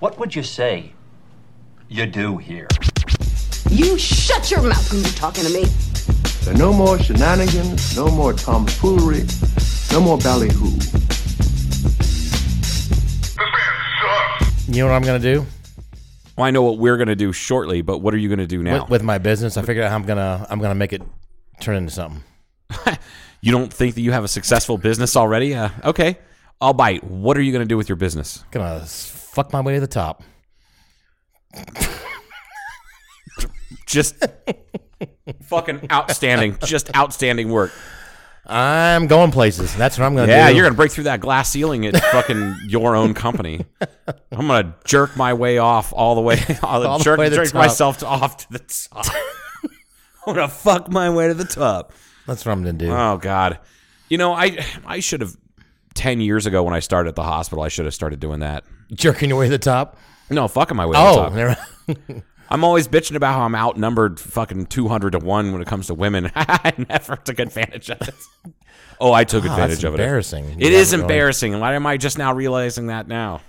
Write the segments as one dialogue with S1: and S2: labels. S1: What would you say you do here?
S2: You shut your mouth when you're talking to me.
S3: There are no more shenanigans, no more tomfoolery, no more ballyhoo.
S4: You know what I'm gonna do
S5: Well, I know what we're gonna do shortly, but what are you gonna do now?
S4: with, with my business? I figured out how I'm gonna I'm gonna make it turn into something.
S5: you don't think that you have a successful business already? Uh, okay, I'll bite. What are you gonna do with your business?
S4: Gonna s- fuck my way to the top.
S5: Just fucking outstanding, just outstanding work.
S4: I'm going places. That's what I'm gonna
S5: Yeah,
S4: do.
S5: you're gonna break through that glass ceiling at fucking your own company. I'm gonna jerk my way off all the way, all the,
S4: All the
S5: jerk,
S4: way to the
S5: jerk
S4: top.
S5: myself to, off to the top. I'm gonna fuck my way to the top.
S4: That's what I'm gonna do.
S5: Oh God, you know I I should have ten years ago when I started at the hospital. I should have started doing that.
S4: Jerking your way to the top.
S5: No, fucking my way to the
S4: Oh,
S5: top.
S4: never-
S5: I'm always bitching about how I'm outnumbered fucking 200 to 1 when it comes to women. I never took advantage of it. Oh, I took
S4: Wow,
S5: advantage
S4: Ah, that's
S5: of it.
S4: embarrassing. You
S5: It is
S4: haven't really-
S5: embarrassing. Why am I just now realizing that now?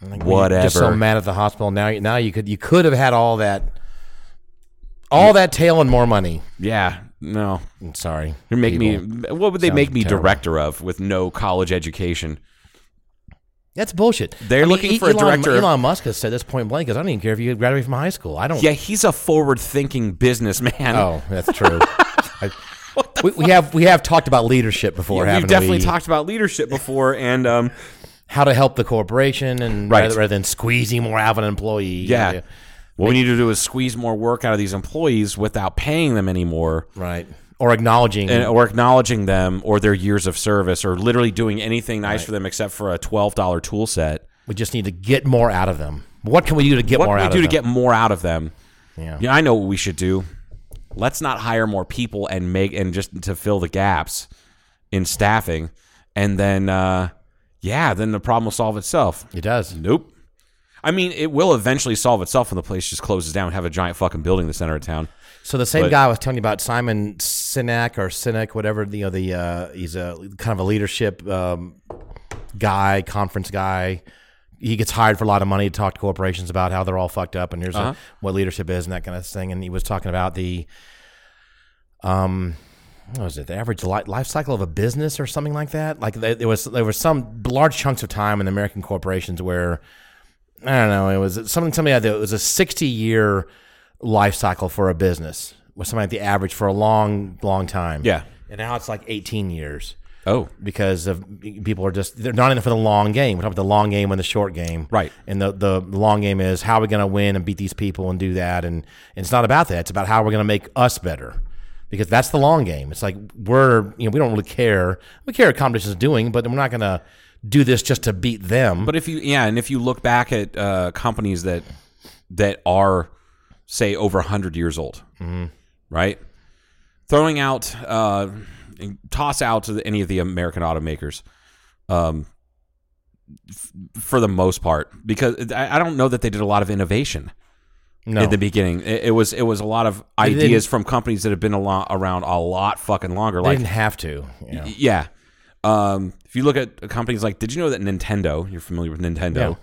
S4: You're
S5: Whatever.
S4: Just so mad at the hospital now. Now you could you could have had all that, all that tail and more money.
S5: yeah, no.
S4: I'm sorry.
S5: You Make me,
S4: people.
S5: what would they
S4: Sounds
S5: make me
S4: terrible.
S5: director of with no college education?
S4: That's bullshit. E-,
S5: They're looking for a
S4: Elon,
S5: director of-
S4: Elon Musk has said this point blank. Because I don't even care if you graduate from high school. I don't.
S5: Yeah, he's a forward thinking businessman.
S4: Oh, that's true. I, we, we have we have talked about leadership before.
S5: We've
S4: haven't
S5: definitely
S4: we?
S5: talked about leadership before, and um,
S4: how to help the corporation and
S5: Right.
S4: rather, rather than squeezing more out of an employee.
S5: yeah, what we need to do is squeeze more work out of these employees without paying them anymore.
S4: right. Or acknowledging
S5: and, uh, or acknowledging them or their years of service or literally doing anything nice for them except for a $12 tool set.
S4: we just need to get more out of them. What can we do to get
S5: What
S4: more
S5: do we
S4: out
S5: do
S4: of
S5: to
S4: them?
S5: get more out of them?
S4: Yeah.
S5: yeah, I know what we should do. Let's not hire more people and make and just to fill the gaps in staffing, and then uh, yeah, then the problem will solve itself.
S4: It does.
S5: Nope. I mean, it will eventually solve itself when the place just closes down and have a giant fucking building in the center of town.
S4: So the same
S5: But-
S4: guy I was telling you about, Simon Sinek or Sinek, whatever you know, the uh, he's a kind of a leadership um, guy, conference guy. He gets hired for a lot of money to talk to corporations about how they're all fucked up and here's a- what leadership is and that kind of thing. And he was talking about the um, what was it? The average li- life cycle of a business or something like that. Like there there was there were some large chunks of time in American corporations where I don't know. It was something something like that. It was a sixty year life cycle for a business was something like the average for a long, long time.
S5: Yeah.
S4: and now it's like eighteen years
S5: Oh,
S4: because of people are just they're not in it for the long game. We're talking about the long game and the short game,
S5: Right.
S4: And the the long game is how are we going to win and beat these people and do that, and, and it's not about that. It's about how we're going to make us better. Because that's the long game. It's like we're, you know, we don't really care. We care what competition is doing, but we're not going to do this just to beat them.
S5: But if you yeah, and if you look back at uh, companies that that are say over hundred years old,
S4: Mm-hmm.
S5: right? Throwing out uh, and toss out to the, any of the American automakers, um, f- for the most part, because I, I don't know that they did a lot of innovation
S4: no.
S5: at the beginning. It, it was it was a lot of
S4: didn't-
S5: ideas from companies that have been a lo- around a lot fucking longer.
S4: they
S5: like
S4: didn't have to. you know.
S5: yeah. Um, if you look at companies like, did you know that Nintendo? You're familiar with Nintendo.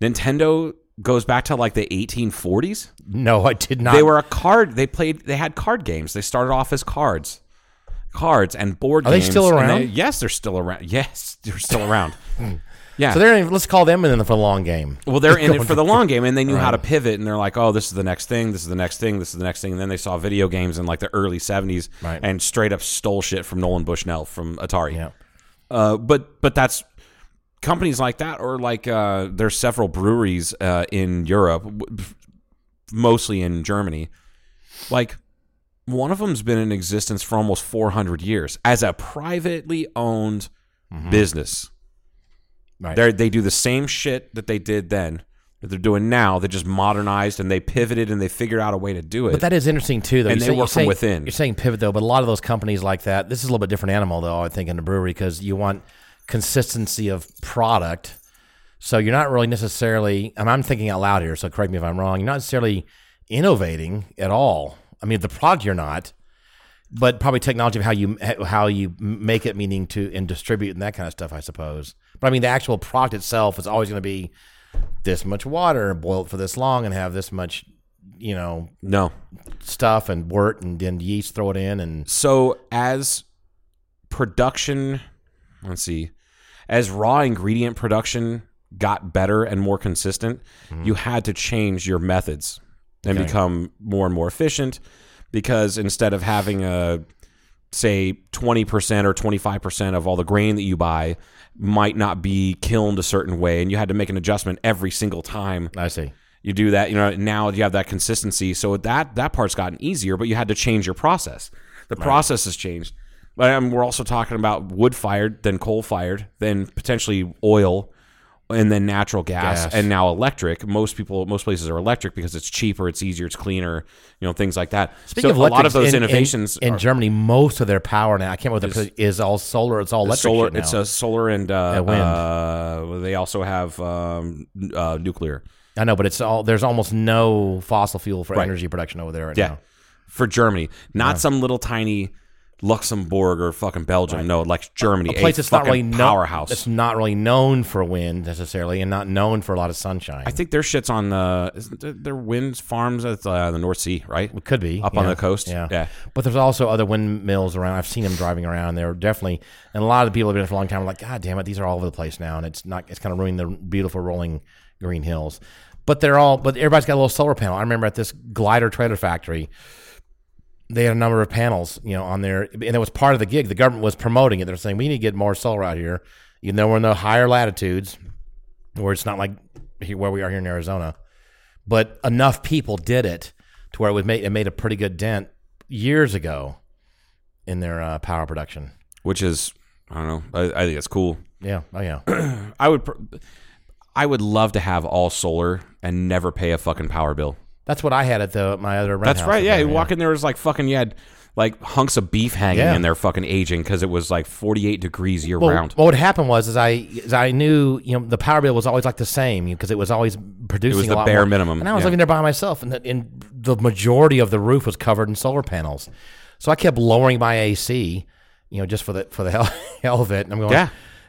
S5: Nintendo goes back to like the 1840s.
S4: No, I did not.
S5: They were a card. They played. They had card games. They started off as cards, cards and board.
S4: Are they
S5: games.
S4: still
S5: and
S4: around?
S5: yes, they're still around. Yes, they're still around. yeah.
S4: So they're in, let's call them in for the long game.
S5: Well, they're in it for the long game, and they knew how to pivot, and they're like, "Oh, this is the next thing. This is the next thing. This is the next thing." And then they saw video games in like the early '70s,
S4: Right.
S5: and straight up stole shit from Nolan Bushnell from Atari.
S4: Yeah.
S5: Uh, but but that's companies like that, or like uh, there's several breweries uh, in Europe, w- mostly in Germany. Like one of them's been in existence for almost 400 years as a privately owned business.
S4: Right.
S5: They they do the same shit that they did then that they're doing now. They just modernized and they pivoted and they figured out a way to do it.
S4: But that is interesting too, though.
S5: And
S4: You're
S5: they
S4: saying-
S5: work
S4: you're
S5: from
S4: saying-
S5: within.
S4: You're saying pivot though, but a lot of those companies like that. This is a little bit different animal though. I think in the brewery because you want consistency of product. So you're not really necessarily. And I'm thinking out loud here, so correct me if I'm wrong. You're not necessarily innovating at all. I mean, the product you're not, but probably technology of how you how you make it, meaning to and distribute and that kind of stuff. I suppose. But I mean, the actual product itself is always going to be this much water and boil it for this long and have this much, you know,
S5: No.
S4: stuff and wort and then yeast throw it in and
S5: Mm-hmm. So as production, let's see, as raw ingredient production got better and more consistent, you had to change your methods and become more and more efficient because instead of having a say 20% or 25% of all the grain that you buy might not be kilned a certain way and you had to make an adjustment every single time
S4: I see.
S5: you do that you know now you have that consistency so that that part's gotten easier but you had to change your process the process has changed but um, we're also talking about wood fired then coal fired then potentially oil and then natural gas,
S4: Gas.
S5: and now electric most people most places are electric because it's cheaper it's easier it's cleaner you know things like that
S4: Speaking
S5: so
S4: of
S5: a lot
S4: electrics,
S5: of those
S4: in- in-
S5: innovations
S4: in,
S5: are
S4: Germany, most of their power now I can't remember what the, is all solar. It's all electric.
S5: solar
S4: shit now.
S5: it's a solar and uh,
S4: And wind.
S5: uh, they also have um, n- uh, nuclear
S4: I know, but it's all there's almost no fossil fuel for
S5: Right.
S4: energy production over there right
S5: Yeah.
S4: now.
S5: For Germany. Not some little tiny Luxembourg or fucking Belgium. No, like Germany.
S4: A place that's not really
S5: fucking
S4: kno-
S5: powerhouse.
S4: It's not really known for wind necessarily, and not known for a lot of sunshine.
S5: I think their shit's on the isn't there, their wind farms at uh, the North Sea, right?
S4: It could be
S5: Up on
S4: yeah.
S5: the coast?
S4: Yeah.
S5: Yeah.
S4: but there's also other windmills around. I've seen them driving around. They're definitely, and a lot of the people have been there for a long time. Are like, God damn it, these are all over the place now, and it's not. It's kind of ruining the beautiful rolling green hills. But they're all. But everybody's got a little solar panel. I remember at this glider trailer factory. They had a number of panels, you know, on there, and it was part of the gig. The government was promoting it. They're saying we need to get more solar out here, even though we're in the higher latitudes, where it's not like here, where we are here in Arizona but enough people did it to where it was made it made a pretty good dent years ago in their uh, power production.
S5: Which is I don't know. I, I think it's cool.
S4: Yeah. Oh yeah.
S5: I would pr- I would love to have all solar and never pay a fucking power bill.
S4: That's what I had at the my other rent
S5: That's
S4: house
S5: right.
S4: up
S5: Yeah,
S4: there,
S5: you walk in there it was like fucking you had like hunks of beef hanging
S4: Yeah.
S5: in there fucking aging because it was like 48 degrees year
S4: Well,
S5: round.
S4: what would happen was is I is I knew you know the power bill was always like the same because it was always producing
S5: was
S4: a
S5: the
S4: lot
S5: bare
S4: more.
S5: minimum,
S4: And I was
S5: yeah.
S4: living there by myself, and the, and the majority of the roof was covered in solar panels, so I kept lowering my AC, you know, just for the for the hell, hell of it. And I'm going,
S5: Yeah.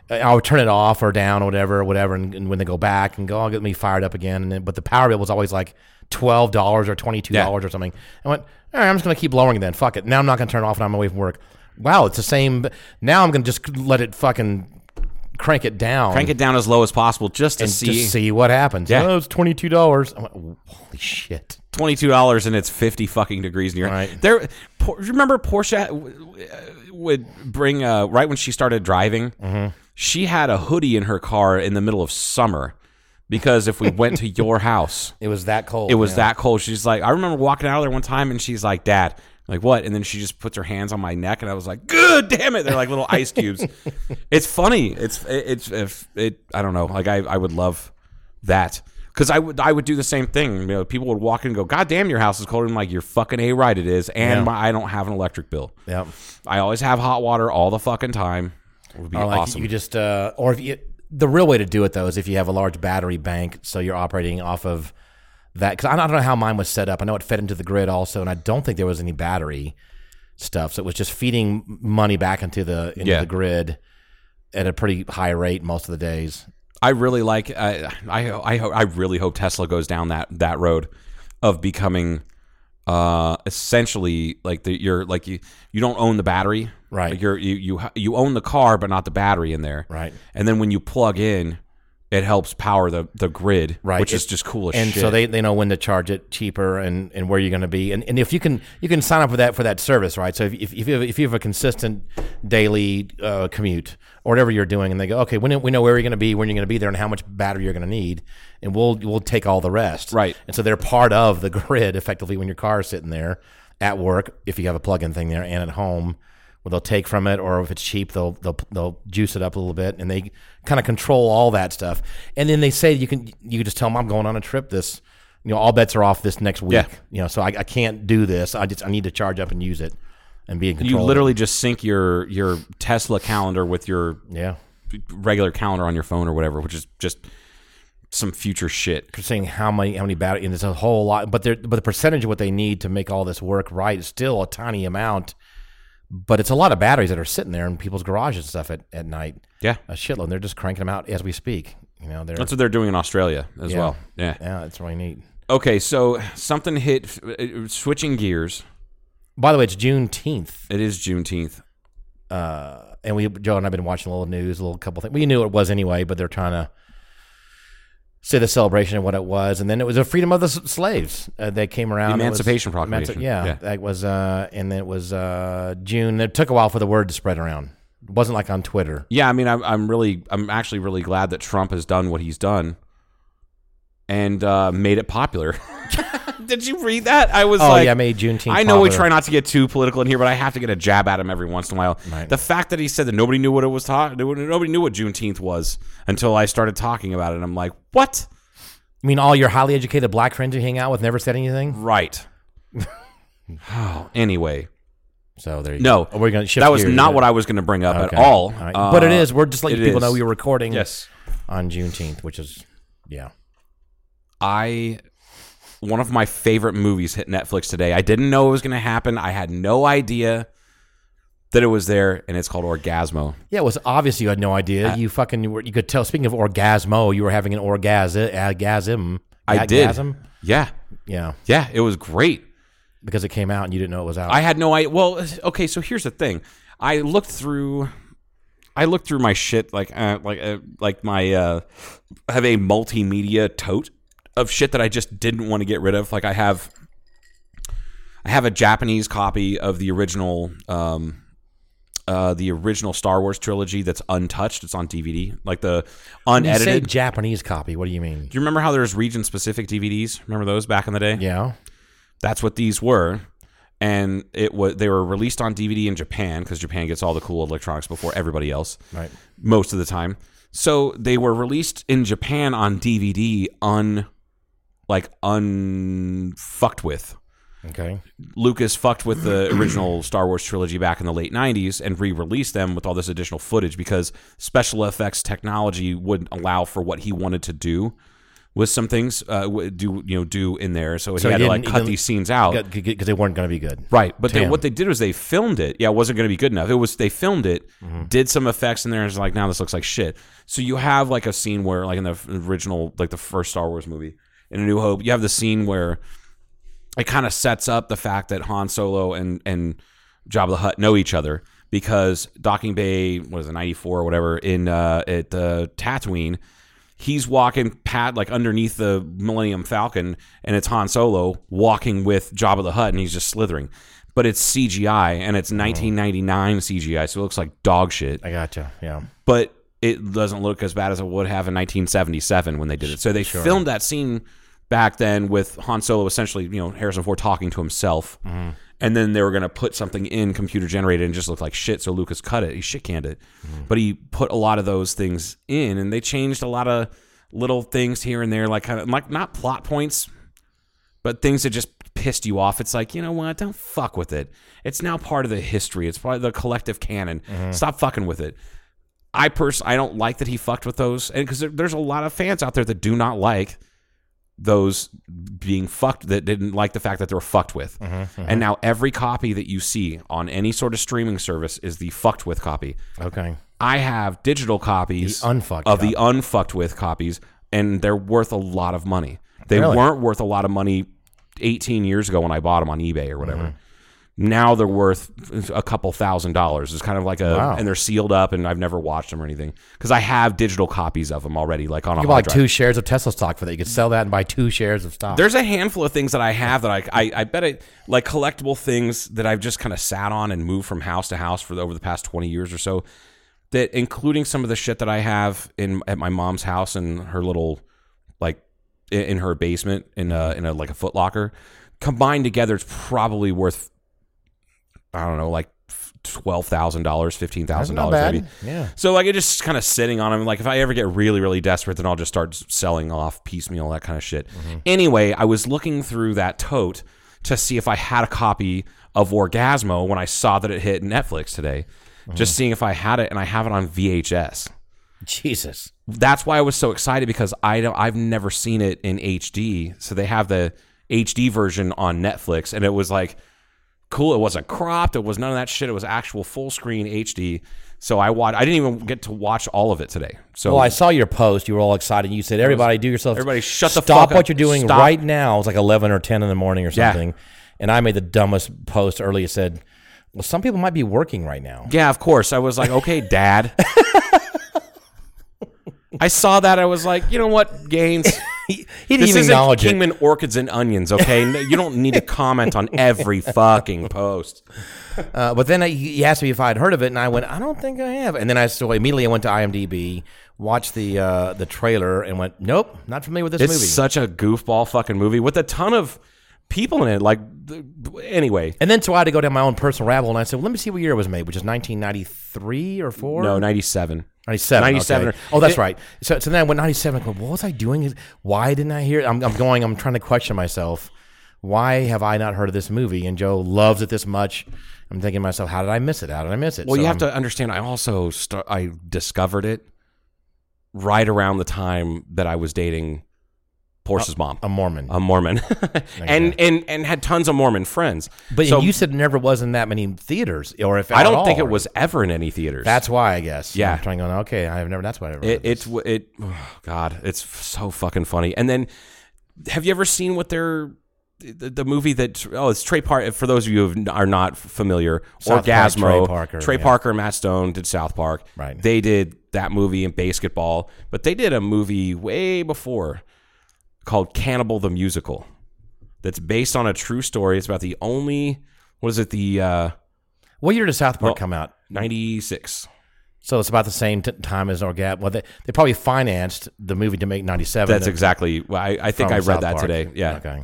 S4: I would turn it off or down or whatever, or whatever, and, and when they go back and go, I'll get me fired up again. And then, but the power bill was always like twelve dollars or twenty two dollars or something. I went, all right, I'm just gonna keep lowering it then. Fuck it. Now I'm not gonna turn it off when I'm away from work. Wow, it's the same. Now I'm gonna just let it fucking crank it down.
S5: Crank it down as low as possible just to
S4: and
S5: see.
S4: just see what happens.
S5: Yeah.
S4: Oh, it's twenty two dollars. I went, holy shit.
S5: twenty two dollars and it's fifty fucking degrees near.
S4: Right.
S5: There, Por- remember Porsche w- w- would bring uh, right when she started driving. She had a hoodie in her car in the middle of summer because if we went to your house,
S4: It was that cold.
S5: it was
S4: yeah.
S5: that cold. She's like, I remember walking out of there one time and she's like, Dad. I'm Like what? And then she just puts her hands on my neck, and I was like, "Good, damn it!" They're like little ice cubes. it's funny. It's it's if it. I don't know. Like I, I would love that because I would I would do the same thing. You know, people would walk in and go, "God damn, your house is cold." And I'm like, "You're fucking a right, it is." And
S4: Yeah.
S5: my, I don't have an electric bill.
S4: Yep.
S5: I always have hot water all the fucking time. It would be
S4: Or Oh, like
S5: awesome.
S4: you just uh, or if you the real way to do it though is if you have a large battery bank, so you're operating off of that. Because I don't know how mine was set up. I know it fed into the grid also, and I don't think there was any battery stuff, so it was just feeding money back into the into
S5: Yeah.
S4: the grid at a pretty high rate most of the days.
S5: I really like. I I I, ho- I really hope Tesla goes down that that road of becoming uh essentially like the you're like you you don't own the battery
S4: Right.
S5: like you're you you ha- you own the car but not the battery in there
S4: Right.
S5: and then when you plug in it helps power the the grid
S4: Right.
S5: which is
S4: It-
S5: just cool as
S4: and
S5: shit
S4: so they, they know when to charge it cheaper and, and where you're going to be and, and if you can you can sign up for that for that service right so if, if, if, you, have, if you have a consistent daily uh, commute or whatever you're doing and they go okay when we know where you're going to be when you're going to be there and how much battery you're going to need and we'll we'll take all the rest
S5: Right.
S4: and so they're part of the grid effectively when your car is sitting there at work if you have a plug-in thing there and at home where they'll take from it or if it's cheap they'll they'll they'll juice it up a little bit and they kind of control all that stuff and then they say you can you can just tell them I'm going on a trip this you know all bets are off this next week
S5: Yeah.
S4: you know so I, I can't do this I just I need to charge up and use it and be in
S5: you
S4: control of it.
S5: literally just sync your your Tesla calendar with your
S4: yeah
S5: regular calendar on your phone or whatever which is just some future shit
S4: seeing how many how many battery and it's a whole lot but they're but the percentage of what they need to make all this work right is still a tiny amount but it's a lot of batteries that are sitting there in people's garages and stuff at, at night
S5: yeah
S4: a shitload and they're just cranking them out as we speak You know, they're
S5: That's what they're doing in Australia as
S4: Yeah.
S5: well. Yeah.
S4: yeah, it's really neat.
S5: Okay, so something hit. uh, Switching gears.
S4: By the way, it's Juneteenth,
S5: It is Juneteenth.
S4: uh, and we Joe and I've been watching a little news, a little couple things. We knew it was anyway, but they're trying to say the celebration and what it was, and then it was a freedom of the s- slaves uh, that came around. It was-
S5: Emancipation Proclamation.
S4: yeah,
S5: Yeah.
S4: that was, uh, and then it was uh, June. It took a while for the word to spread around. It wasn't like on Twitter.
S5: Yeah, I mean, I'm, I'm really, I'm actually really glad that Trump has done what he's done and uh, made it popular. Did you read that? I was
S4: Oh
S5: like,
S4: yeah, made Juneteenth.
S5: I know we
S4: popular.
S5: try not to get too political in here, but I have to get a jab at him every once in a while.
S4: Right.
S5: The fact that he said that nobody knew what it was talking, nobody knew what Juneteenth was until I started talking about it. And I'm like, what?
S4: I mean, all your highly educated black friends you hang out with never said anything.
S5: Right. oh, anyway,
S4: So there you
S5: no,
S4: go. we're going to shift.
S5: that was
S4: gears,
S5: not
S4: but-
S5: what I was going to bring up
S4: Okay.
S5: at all.
S4: right.
S5: Uh,
S4: but it is. We're just letting
S5: it
S4: people know
S5: is.
S4: we were recording.
S5: Yes.
S4: on Juneteenth, which is yeah.
S5: I one of my favorite movies hit Netflix today. I didn't know it was going to happen. I had no idea that it was there, and it's called Orgasmo.
S4: Yeah, it was obvious you had no idea. you fucking you, were, you could tell. Speaking of orgasmo, you were having an orgasm. Orgasm.
S5: I did.
S4: Orgasm?
S5: Yeah,
S4: Yeah,
S5: yeah, it was great.
S4: because it came out and you didn't know it was out.
S5: I had no idea. Well, okay, so here's the thing. I looked through. I looked through my shit like uh, like uh, like my uh, I have a multimedia tote of shit that I just didn't want to get rid of. Like I have I have a Japanese copy of the original um, uh, the original Star Wars trilogy that's untouched. It's on DVD, like the
S4: When you say
S5: unedited. Do
S4: Japanese copy. What do you mean?
S5: you remember how there's region specific DVDs? Remember those back in the day?
S4: Yeah.
S5: that's what these were and it was they were released on DVD in Japan because Japan gets all the cool electronics before everybody else
S4: Right.
S5: most of the time so they were released in Japan on DVD un like un fucked with
S4: Okay.
S5: Lucas fucked with the original Star Wars trilogy back in the late 90s and re released them with all this additional footage because special effects technology wouldn't allow for what he wanted to do with some things uh, w- do you know do in there so he
S4: So he
S5: had to like
S4: didn't- he
S5: cut
S4: didn't-
S5: these scenes out
S4: Because they weren't going to be good.
S5: Oh. Right, but they,
S4: Damn.
S5: what they did was they filmed it. Yeah, it wasn't going to be good enough. It was they filmed it, did some effects in there, and it's like now this looks like shit. So you have like a scene where, like in the f- original, like the first Star Wars movie, in A New Hope, you have the scene where it kind of sets up the fact that Han Solo and and Jabba the Hutt know each other because Docking Bay was it ninety four or whatever in uh, at uh, Tatooine. He's walking pat like underneath the Millennium Falcon, and it's Han Solo walking with Jabba the Hutt, and he's just slithering. But it's CGI, and it's 1999 CGI, so it looks like dog shit
S4: I gotcha. Yeah.
S5: but it doesn't look as bad as it would have in 1977 when they did it. So they filmed that scene back then with Han Solo essentially, you know, Harrison Ford talking to himself. And then they were going to put something in computer generated and it just looked like shit. So Lucas cut it. He shit canned it. But he put a lot of those things in and they changed a lot of little things here and there, like kind of like not plot points, but things that just pissed you off. It's like, you know what? Don't fuck with it. It's now part of the history. It's part of the collective canon. Stop fucking with it. I pers- I don't like that he fucked with those, and because there, there's a lot of fans out there that do not like those being fucked that didn't like the fact that they were fucked with. And now every copy that you see on any sort of streaming service is the fucked with copy.
S4: Okay.
S5: I have digital copies
S4: The unfucked
S5: of the unfucked with copies, and they're worth a lot of money. They
S4: Really?
S5: weren't worth a lot of money 18 years ago when I bought them on eBay or whatever. Now they're worth a couple thousand dollars. It's kind of like a,
S4: Wow.
S5: and they're sealed up, and I've never watched them or anything because I have digital copies of them already, like on a
S4: You
S5: hard
S4: bought
S5: drive.
S4: two shares of Tesla stock for that. You could sell that and buy two shares of stock.
S5: There's a handful of things that I have that I I, I bet I like collectible things that I've just kind of sat on and moved from house to house for the, over the past 20 years or so. That including some of the shit that I have in at my mom's house and her little like i- in her basement in a in a like a Foot Locker combined together, it's probably worth I don't know like twelve thousand dollars, fifteen thousand
S4: not
S5: dollars
S4: bad.
S5: maybe.
S4: Yeah.
S5: So like it just kind of sitting on them. Like if I ever get really really desperate, then I'll just start s- selling off piecemeal that kind of shit. Anyway, I was looking through that tote to see if I had a copy of Orgasmo when I saw that it hit Netflix today. Just seeing if I had it, and I have it on VHS.
S4: Jesus.
S5: That's why I was so excited because I don't, I've never seen it in HD. So they have the HD version on Netflix, and it was like cool. It wasn't cropped. It was none of that shit. It was actual full screen HD. So I watched. I didn't even get to watch all of it today. So
S4: Well, Oh, I saw your post. You were all excited. You said, "Everybody, do yourself.
S5: Everybody shut the
S4: stop
S5: fuck up.
S4: what you're doing
S5: Stop."
S4: right now." It was like eleven or ten in the morning or
S5: Yeah.
S4: something. And I made the dumbest post earlier. Said, "Well, some people might be working right now."
S5: yeah, of course. I was like, okay, Dad. I saw that. I was like, you know what, Gaines.
S4: He, he didn't
S5: This
S4: even
S5: isn't
S4: acknowledge it.
S5: Kingman Orchids and Onions, okay? No, you don't need to comment on every fucking post.
S4: Uh, but then I, he asked me if I had heard of it, and I went, "I don't think I have." And then I so immediately I went to IMDb, watched the uh, the trailer, and went, "Nope, not familiar with this
S5: It's
S4: movie."
S5: such a goofball fucking movie with a ton of people in it. Like, th- anyway,
S4: and then so I had to go down my own personal rabbit hole, and I said, well, "Let me see what year it was made," which is 1993 or four.
S5: no, 97.
S4: 97.
S5: 97
S4: okay.
S5: or-
S4: Oh, that's
S5: it-
S4: right. So, so then I went 97. I go, what was I doing? Is- Why didn't I hear it? I'm, I'm going, I'm trying to question myself. Why have I not heard of this movie? And Joe loves it this much. I'm thinking to myself, how did I miss it? How did I miss it?
S5: Well,
S4: So
S5: you have
S4: I'm-
S5: to understand. I also st- I discovered it right around the time that I was dating Porsche's mom,
S4: A Mormon.
S5: a Mormon, and and and had tons of Mormon friends.
S4: but
S5: so
S4: you said it never was in that many theaters, or if
S5: I
S4: at
S5: don't
S4: all.
S5: think it was ever in any theaters.
S4: That's why I guess.
S5: Yeah.
S4: I'm trying to go. Okay, I've never. That's why I never.
S5: it.
S4: heard
S5: It's w- it. Oh God, it's f- so fucking funny. And then, have you ever seen what they're the, the movie that oh it's Trey Parker for those of you who are not familiar
S4: South Park,
S5: Orgasmo
S4: Trey Parker,
S5: Trey
S4: yeah.
S5: Parker and Matt Stone did South Park
S4: Right.
S5: they did that movie and basketball but they did a movie way before called Cannibal the Musical that's based on a true story it's about the only what is it the uh,
S4: What year did South Park
S5: Well-
S4: come out?
S5: ninety six
S4: So it's about the same t- time as Orgat. Well, they, they probably financed the movie to make 97.
S5: that's exactly well, I, I think
S4: from
S5: I read
S4: South
S5: that
S4: Park.
S5: today yeah
S4: Okay.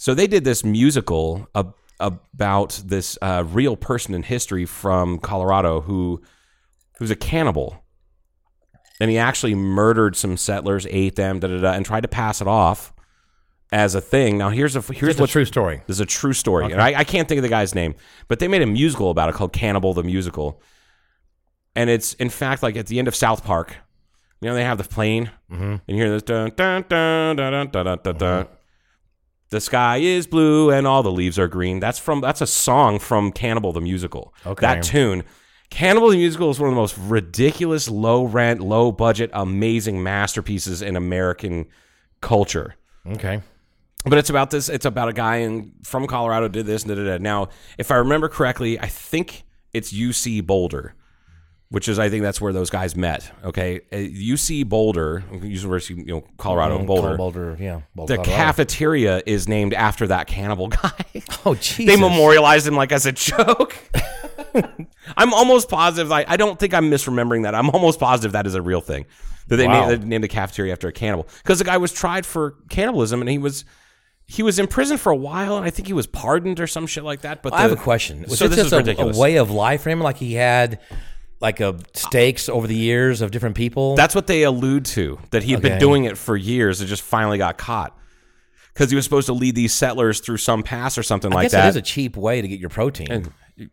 S5: So they did this musical ab- about this uh, real person in history from Colorado who who's a cannibal, and he actually murdered some settlers, ate them, da da da, and tried to pass it off as a thing. Now here's a here's
S4: Here's a
S5: what
S4: true story.
S5: this is a true story, and I, I can't think of the guy's name, but they made a musical about it called Cannibal the Musical, and it's in fact like at the end of South Park, you know they have the plane, and you hear this dun dun dun dun dun dun dun. dun, dun. The sky is blue and all the leaves are green. That's from that's a song from Cannibal the Musical.
S4: Okay.
S5: that tune. Cannibal the Musical is one of the most ridiculous, low rent, low budget, amazing masterpieces in American culture
S4: Okay.
S5: but it's about this it's about a guy in from colorado did this and da, da, da. now if i remember correctly i think it's uc boulder which is i think that's where those guys met okay Uh, uc boulder university you know Mm-hmm. colorado boulder
S4: Boulder, yeah. Boulder,
S5: the
S4: Colorado.
S5: cafeteria is named after that cannibal guy
S4: Oh, Jesus.
S5: they memorialized him like as a joke. I'm almost positive. I, I don't think I'm misremembering that. I'm almost positive that is a real thing. That they,
S4: Wow.
S5: named, they named a cafeteria after a cannibal because the guy was tried for cannibalism and he was he was in prison for a while and I think he was pardoned or some shit like that. But
S4: I have a
S5: the-
S4: question. Was
S5: so
S4: this
S5: this is
S4: just a-
S5: ridiculous.
S4: a, way of life for him? Like he had like a stakes over the years of different people?
S5: That's what they allude to. That he had
S4: Okay.
S5: been doing it for years and just finally got caught because he was supposed to lead these settlers through some pass or something
S4: I
S5: like
S4: guess
S5: that.
S4: it is a cheap way to get your protein.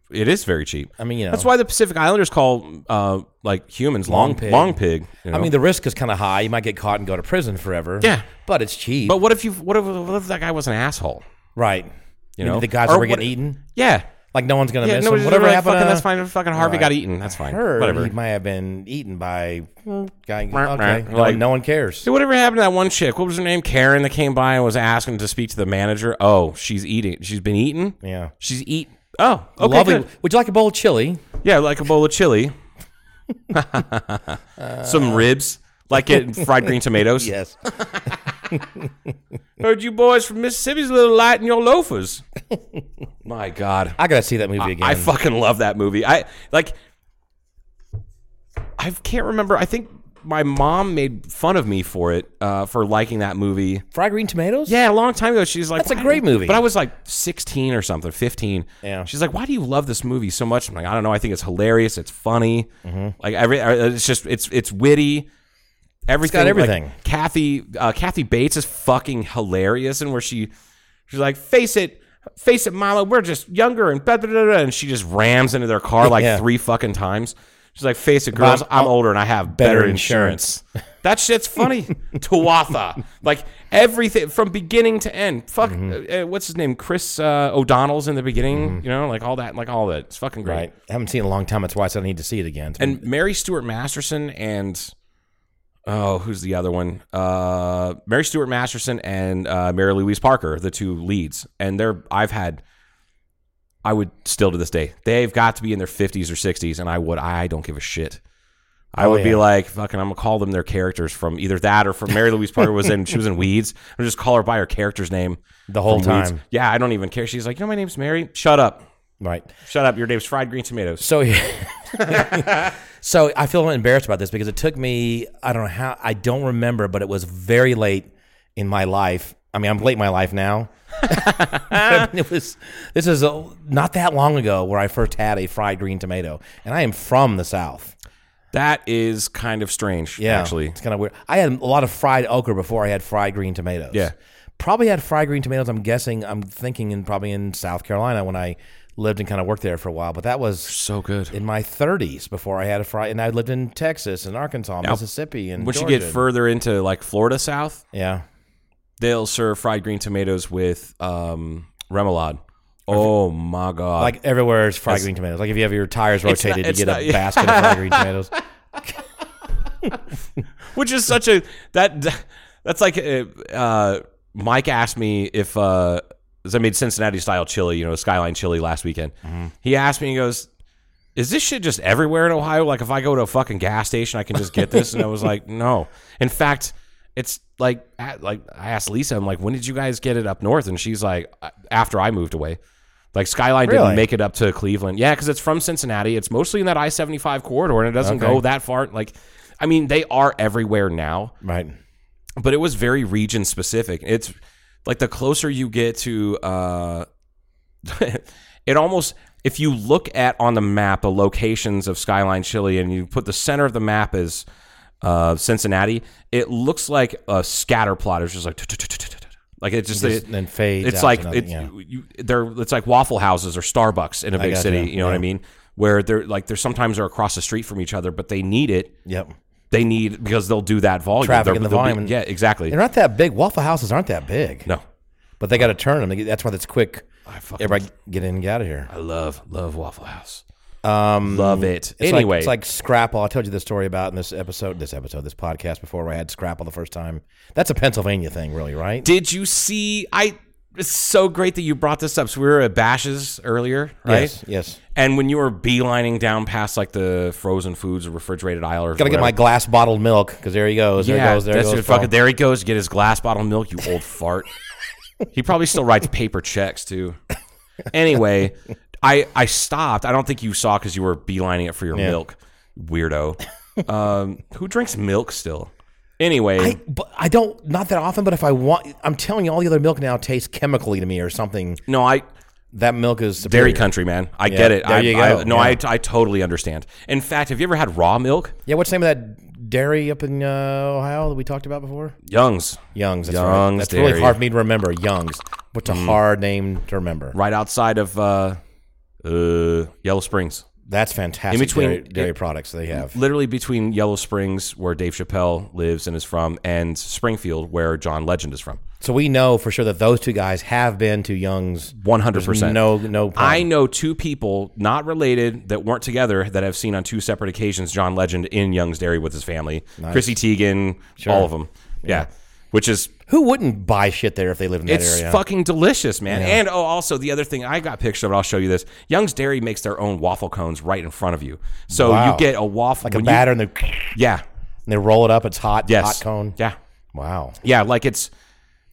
S5: it is very cheap.
S4: I mean, you know.
S5: that's why the Pacific Islanders call uh, like humans long, long
S4: pig.
S5: pig. you
S4: I
S5: know?
S4: mean, the risk is kind of high. You might get caught and go to prison forever.
S5: Yeah.
S4: But it's cheap.
S5: but what if you? What if, what if that guy was an asshole?
S4: right. You know,
S5: know?
S4: the guys
S5: Or
S4: were
S5: what-
S4: getting eaten.
S5: Yeah,
S4: Like no one's going to
S5: yeah.
S4: miss
S5: No,
S4: him. Whatever happened
S5: Fucking,
S4: to-
S5: that's fine. Fucking Harvey
S4: Right.
S5: got eaten. That's fine.
S4: Heard
S5: Whatever.
S4: he might have been eaten by mm, guy.
S5: meh.
S4: Okay. No,
S5: Like-
S4: no one cares.
S5: Dude, whatever happened to that one chick? What was her name? Karen that came by and was asking to speak to the manager. Oh, she's eating. She's been eaten.
S4: Yeah.
S5: She's eat. Oh, okay.
S4: Lovely.
S5: good.
S4: Would you like a bowl of chili?
S5: Yeah, like a bowl of chili. Some ribs, like it, fried green tomatoes.
S4: Yes.
S5: Heard you boys from Mississippi's a little light in your loafers. My God.
S4: I gotta see that movie again.
S5: I fucking love that movie. I like I can't remember. I think my mom made fun of me for it, uh, for liking that movie.
S4: Fried green tomatoes?
S5: Yeah, a long time ago. She's like,
S4: That's a
S5: "Why
S4: great
S5: do you-"
S4: movie.
S5: But I was like 16 or something, 15.
S4: Yeah.
S5: She's like, why do you love this movie so much? I'm like, I don't know. I think it's hilarious. It's funny.
S4: Mm-hmm.
S5: Like every, uh, it's just it's it's witty. Everything. like,
S4: everything.
S5: Kathy uh, Kathy Bates is fucking hilarious, and where she she's like, face it. Face it, Milo. We're just younger and blah, blah, blah, blah," and she just rams into their car like
S4: Yeah.
S5: three fucking times. She's like, "Face it, girls.
S4: I'm-
S5: I'm, older and I have
S4: better
S5: better insurance." That shit's funny. Tuatha. Like everything from beginning to end. Fuck. uh, uh, what's his name? Chris uh, O'Donnell's in the beginning. You know, like all that. Like all that. It's fucking great.
S4: Right. I haven't seen it in a long time. That's why I said I need to see it again.
S5: And Mary Stuart Masterson and oh, who's the other one? Uh, Mary Stuart Masterson and uh, Mary Louise Parker, the two leads, and they're I've had. I would still to this day. They've got to be in their fifties or sixties, and I would. I don't give a shit. I would be
S4: Oh, yeah.
S5: like, fucking, I'm gonna call them their characters from either that or from Mary Louise Parker was in she was in Weeds. I'm gonna just call her by her character's name
S4: The whole
S5: from Weeds.
S4: time.
S5: Yeah, I don't even care. She's like, you know, my name's Mary. Shut up,
S4: right.
S5: shut up. Your name's Fried Green Tomatoes.
S4: So, so I feel embarrassed about this because it took me, I don't know how, I don't remember, but it was very late in my life. I mean, I'm late in my life now. it was, this is a, not that long ago where I first had a fried green tomato. And I am from the South.
S5: That is kind of strange.
S4: Yeah.
S5: actually,
S4: It's kind of weird. I had a lot of fried okra before I had fried green tomatoes.
S5: Yeah.
S4: Probably had fried green tomatoes, I'm guessing, I'm thinking, in probably in South Carolina when I lived and kind of worked there for a while. But that was
S5: So good.
S4: in my 30s before I had a fry, and I lived in Texas and Arkansas, Mississippi, and
S5: Once you
S4: Georgia.
S5: get further into like Florida South,
S4: yeah,
S5: they'll serve fried green tomatoes with um, remoulade. Oh my god!
S4: like everywhere is fried green tomatoes. Like if you have your tires rotated,
S5: it's
S4: you get
S5: not-
S4: a basket of fried green tomatoes.
S5: which is such a that that's like uh, uh, Mike asked me if uh, 'cause I made Cincinnati style chili, you know, skyline chili last weekend.
S4: Mm-hmm.
S5: He asked me, he goes, "Is this shit just everywhere in Ohio? Like, if I go to a fucking gas station, I can just get this?" and I was like, "No. In fact, it's like at- like I asked Lisa, I'm like, when did you guys get it up north?" And she's like, "After I moved away." Like Skyline
S4: Really?
S5: didn't make it up to Cleveland, yeah, because it's from Cincinnati. It's mostly in that I seventy five corridor, and it doesn't
S4: Okay.
S5: go that far. Like, I mean, they are everywhere now
S4: Right.
S5: but it was very region specific. It's like the closer you get to, uh, it almost if you look at on the map the locations of Skyline Chili and you put the center of the map as uh, Cincinnati, it looks like a scatter plot. It's just like like it just
S4: Just
S5: it-
S4: then fades out
S5: It's
S4: to
S5: like
S4: nothing,
S5: it's
S4: yeah.
S5: you, they're it's like Waffle Houses or Starbucks in a big
S4: gotcha,
S5: city. You know what
S4: yeah.
S5: I mean? Where they're like they're sometimes are across the street from each other, but they need it.
S4: Yep.
S5: They need because they'll do that volume.
S4: Traffic
S5: They're-
S4: and the
S5: they'll be-
S4: volume and-
S5: yeah, exactly.
S4: They're not that big. Waffle houses aren't that big.
S5: No.
S4: but they got to turn them. They get- That's why that's quick. Everybody get in and get out of here.
S5: I love, love Waffle House. Um, love it.
S4: It's
S5: anyway,
S4: like, it's like Scrapple. I told you this story about in this episode, this episode, this podcast before where I had Scrapple the first time. That's a Pennsylvania thing, really, right?
S5: did you see? I. It's so great that you brought this up. So we were at Bash's earlier, right?
S4: Yes. Yes.
S5: And when you were beelining down past like the frozen foods or refrigerated aisle, or
S4: Gotta get my
S5: whatever-
S4: glass bottled milk because there he goes. There
S5: yeah,
S4: he goes. There he
S5: that's
S4: goes.
S5: it, fucking-
S4: Paul.
S5: there he goes. Get his glass bottle of milk, you old fart. He probably still writes paper checks too. Anyway, I I stopped. I don't think you saw because you were beelining it for your milk, weirdo. Um, who drinks milk still? Anyway,
S4: I, but I don't not that often, but if I want, I'm telling you, all the other milk now tastes chemically to me or something.
S5: No, I
S4: That milk is superior.
S5: dairy country man. I get it.
S4: there
S5: I,
S4: you
S5: I-
S4: go.
S5: no,
S4: Yeah.
S5: I, I totally understand. In fact, have you ever had raw milk?
S4: Yeah, what's the name of that dairy up in uh, Ohio that we talked about before?
S5: Young's,
S4: Young's. That's right.
S5: Young's
S4: That's really
S5: Dairy. Mm-hmm.
S4: hard for me to remember. Young's. What's a hard name to remember?
S5: right outside of uh, uh, Yellow Springs,
S4: That's fantastic.
S5: In between-
S4: dairy, dairy products they have.
S5: literally between Yellow Springs, where Dave Chappelle lives and is from, and Springfield, where John Legend is from.
S4: So we know for sure that those two guys have been to Young's.
S5: One hundred percent.
S4: no- no problem.
S5: I know two people not related that weren't together that I've seen on two separate occasions. John Legend in Young's Dairy with his family, Chrissy Teigen, all of them. yeah, which is
S4: Who wouldn't buy shit there if they live in that
S5: It's
S4: area?
S5: fucking delicious, man. And oh, also the other thing I got pictures of it. I'll show you this. Young's Dairy makes their own waffle cones right in front of you, so
S4: Wow.
S5: you get a waffle
S4: like a
S5: when you-
S4: batter and, they,
S5: yeah,
S4: and they roll it up. It's hot.
S5: yes,
S4: Hot cone.
S5: Yeah,
S4: Wow.
S5: yeah. Like it's,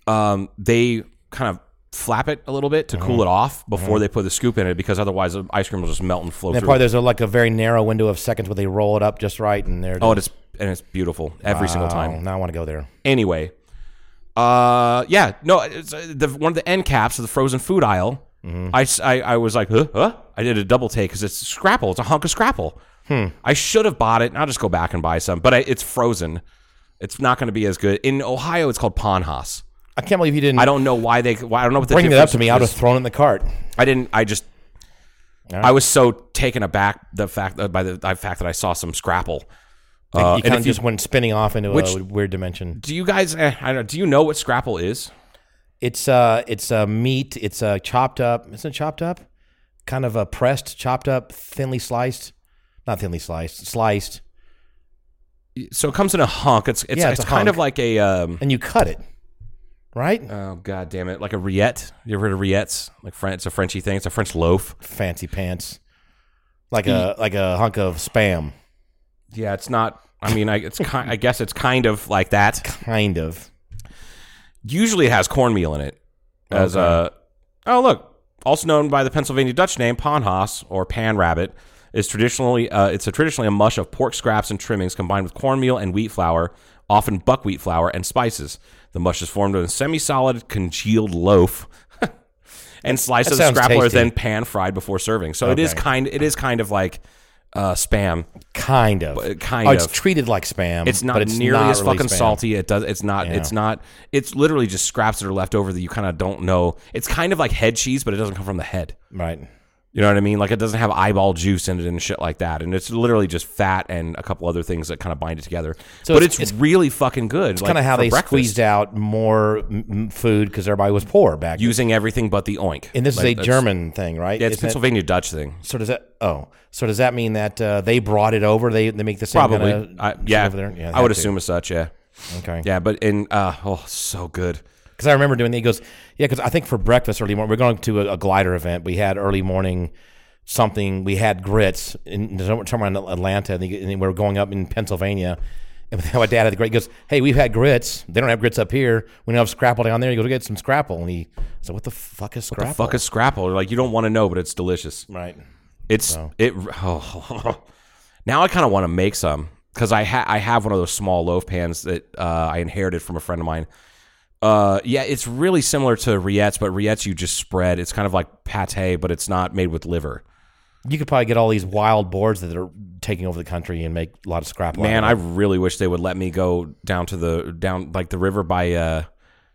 S5: um, they kind of flap it a little bit to
S4: Mm-hmm.
S5: cool it off before they put the scoop in it because otherwise the ice cream will just melt and flow
S4: And
S5: through.
S4: probably there's a, like a very narrow window of seconds where they roll it up just right, and there. it
S5: oh,
S4: is.
S5: and it's and it's beautiful every single time.
S4: Oh, now I want to go there.
S5: Anyway, uh, yeah, no, it's, uh, the one of the end caps of the frozen food aisle.
S4: Mm-hmm.
S5: I, s- I- I was like, huh, huh? I did a double take because it's scrapple. It's a hunk of scrapple.
S4: Hmm.
S5: I should have bought it. And I'll just go back and buy some, but I, it's frozen. It's not going to be as good in Ohio. It's called Panhas.
S4: I can't believe you didn't.
S5: I don't know why they. Why, I don't know what the
S4: bring Hmm. it up to me. I would
S5: difference
S4: have
S5: is.
S4: thrown it in the cart.
S5: I didn't. I just. uh, I was so taken aback the fact that by the, the fact that I saw some scrapple Uh,
S4: you
S5: and
S4: kind of
S5: if you-
S4: just went spinning off into
S5: Which-
S4: a weird dimension.
S5: do you guys? eh, I don't. Do you know what scrapple is?
S4: It's uh, it's uh, meat. It's uh, chopped up. Isn't it chopped up? Kind of uh, pressed, chopped up, thinly sliced. Not thinly sliced, sliced,
S5: So it comes in a hunk. It's it's,
S4: Yeah,
S5: it's,
S4: it's a
S5: kind
S4: hunk.
S5: of like a um,
S4: and you cut it. Right?
S5: oh god damn it, like a rillette. You ever heard of rillettes? Like French, it's a Frenchy thing. It's a French loaf.
S4: Fancy pants, like a like a hunk of spam,
S5: Yeah, it's not. I mean, I it's kind, I guess it's kind of like that.
S4: kind of.
S5: Usually, it has cornmeal in it. As a oh look, also known by the Pennsylvania Dutch name panhas or pan rabbit, is traditionally uh, it's a traditionally a mush of pork scraps and trimmings combined with cornmeal and wheat flour, often buckwheat flour and spices. The mush is formed of a semi-solid congealed loaf. And slices
S4: That
S5: of
S4: sounds
S5: scrapple are
S4: tasty.
S5: then pan fried before serving. So it is
S4: Okay.
S5: kind it is kind of like uh, spam.
S4: Kind of.
S5: uh, kind
S4: oh, it's
S5: of.
S4: treated like spam.
S5: It's not
S4: but it's
S5: nearly
S4: not
S5: as
S4: really
S5: fucking
S4: spam.
S5: salty. It does. It's not. It's not. It's literally just scraps that are left over that you kind of don't know. It's kind of like head cheese, but it doesn't come from the head.
S4: Right.
S5: You know what I mean? Like it doesn't have eyeball juice in it and shit like that. And it's literally just fat and a couple other things that kind of bind it together.
S4: So
S5: but it's,
S4: it's- it's-
S5: really fucking good. It's
S4: kind of how they squeezed out more m- m- food because everybody was poor back then.
S5: using everything but the oink.
S4: And this
S5: Like,
S4: is a
S5: that's-
S4: German thing, right?
S5: Yeah, it's
S4: Isn't that-
S5: Pennsylvania Dutch thing.
S4: so does that? Oh, so does that mean that uh, they brought it over? They they make the same
S5: Probably.
S4: Kind
S5: I, yeah.
S4: over there.
S5: I would
S4: that too.
S5: assume as such. Yeah.
S4: Okay.
S5: Yeah. But in uh, oh, so good.
S4: Because I remember doing that. He goes, yeah, because I think for breakfast early morning, we're going to a, a glider event. We had early morning something. We had grits in somewhere in Atlanta, and, they- and we were going up in Pennsylvania. And my dad had the great. He goes, hey, we've had grits. They don't have grits up here. We don't have scrapple down there. He goes, we get some scrapple. And he I said, what the fuck is scrapple?
S5: Fuck a scrapple. Like you don't want to know, but it's delicious.
S4: right.
S5: It's it. Oh, now I kind of want to make some because I ha- I have one of those small loaf pans that uh, I inherited from a friend of mine. Uh, yeah, it's really similar to rillettes, but rillettes you just spread. It's kind of like pate, but it's not made with liver.
S4: You could probably get all these wild boards that are taking over the country and make a lot of scrapple.
S5: Man,
S4: out
S5: I
S4: of it.
S5: really wish they would let me go down to the down like the river by uh,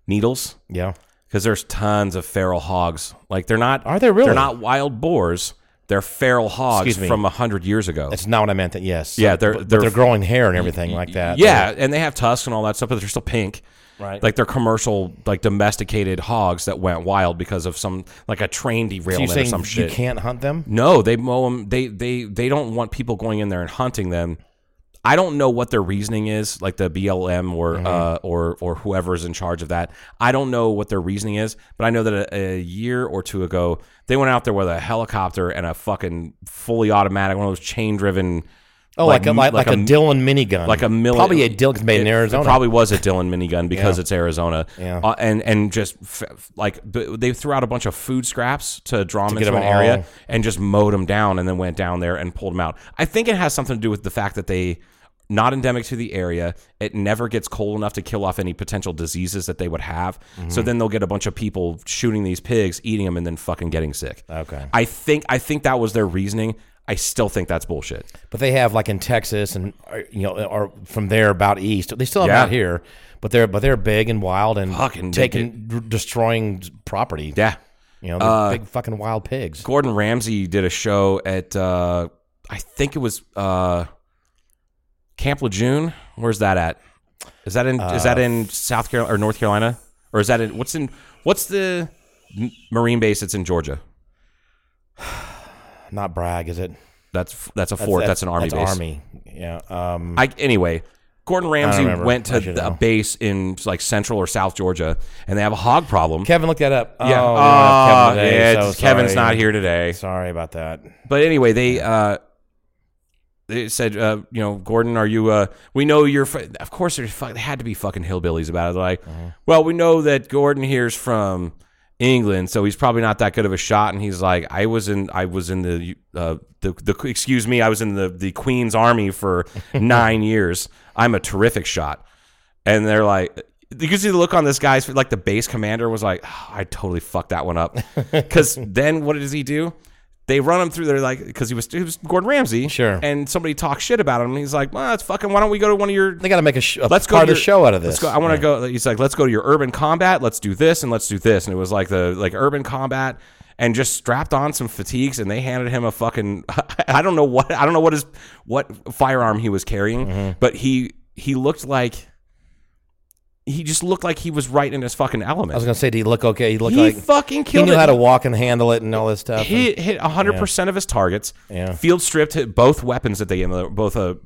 S5: Needles
S4: yeah.
S5: because there's tons of feral hogs. Like they're not
S4: Are there really?
S5: They're not wild boars. They're feral hogs
S4: Excuse me.
S5: from a hundred years ago.
S4: That's not what I meant. That yes.
S5: Yeah, they're-
S4: But- but
S5: they're-
S4: they're growing hair and everything like that.
S5: Yeah, and they have tusks and all that stuff, but they're still pink.
S4: Right.
S5: Like they're commercial, like domesticated hogs that went wild because of some like a train
S4: So you
S5: derailment or
S4: saying
S5: some
S4: you
S5: shit.
S4: can't hunt them?
S5: no, they mow them. They they they don't want people going in there and hunting them. I don't know what their reasoning is, like the BLM or
S4: Mm-hmm.
S5: uh, or or whoever's in charge of that. I don't know what their reasoning is, but I know that a, a year or two ago they went out there with a helicopter and a fucking fully automatic, one of those chain driven.
S4: Oh, like a, like, like a,
S5: m-
S4: Dillon minigun,
S5: like a million,
S4: probably a Dillon made in
S5: it- it
S4: Arizona.
S5: probably was a Dillon minigun because it's Arizona.
S4: Yeah.
S5: Uh, and and just f- f- like b- they threw out a bunch of food scraps to draw them
S4: get
S5: into an
S4: them all.
S5: area and just mowed them down, and then went down there and pulled them out. I think it has something to do with the fact that they not endemic to the area. It never gets cold enough to kill off any potential diseases that they would have.
S4: Mm-hmm.
S5: So then they'll get a bunch of people shooting these pigs, eating them, and then fucking getting sick.
S4: Okay.
S5: I think I think that was their reasoning. I still think that's bullshit.
S4: but they have like in Texas and or, you know, or from there about east. They still have
S5: Yeah.
S4: out here, but they're but they're big and wild and
S5: Fucking they
S4: taking d- destroying property.
S5: Yeah. Uh,
S4: you know, they're big fucking wild pigs.
S5: Gordon Ramsay did a show at uh, I think it was uh, Camp Lejeune. Where's that at? Is that in is
S4: Uh,
S5: that in South Carolina or North Carolina or is that in what's in what's the m- Marine base that's in Georgia?
S4: Not brag, is it?
S5: That's f- that's a fort. That's, an army base.
S4: Army. Yeah. Um,
S5: I anyway. Gordon Ramsay
S4: remember.
S5: went
S4: I
S5: to
S4: should
S5: the- a
S4: know.
S5: base in like central or south Georgia, and they have a hog problem.
S4: Kevin, look that up. Oh,
S5: yeah,
S4: we don't
S5: Ah,
S4: have Kevin today,
S5: yeah,
S4: so
S5: it's- Kevin's
S4: sorry.
S5: not here today.
S4: Sorry about that.
S5: But anyway, they uh, they said, uh, you know, Gordon, are you? Uh, we know you're. F-. Of course, there's fuck- there had to be fucking hillbillies about it. They're like, well, we know that Gordon here's from England, so he's probably not that good of a shot. And he's like, I was in, I was in the, uh, the, the excuse me, I was in the the Queen's Army for nine years. I'm a terrific shot. And they're like. You can see the look on this guy's like the base commander was like, "Oh, I totally fucked that one up. Because then what does he do? They run him through. They're like, because he was, he was Gordon Ramsay,
S4: Sure.
S5: and somebody talks shit about him. And he's like, well, that's fucking. Why don't we go to one of your?
S4: They got to make a, sh- a
S5: Let's go
S4: part
S5: to
S4: of
S5: your-
S4: the show out of this.
S5: Let's go. I want to go. He's like, let's go to your urban combat. Let's do this and let's do this. And it was like the like urban combat. and just strapped on some fatigues and they handed him a fucking I don't know what I don't know what his what firearm he was carrying,
S4: Mm-hmm.
S5: but he he looked like he just looked like he was right in his fucking element.
S4: I was gonna say, did he look okay? He looked
S5: he
S4: like
S5: fucking
S4: he
S5: killed
S4: knew
S5: it.
S4: how to walk and handle it and all this stuff. and-
S5: hit hit 100% of his targets.
S4: Yeah.
S5: Field stripped hit both weapons that they both a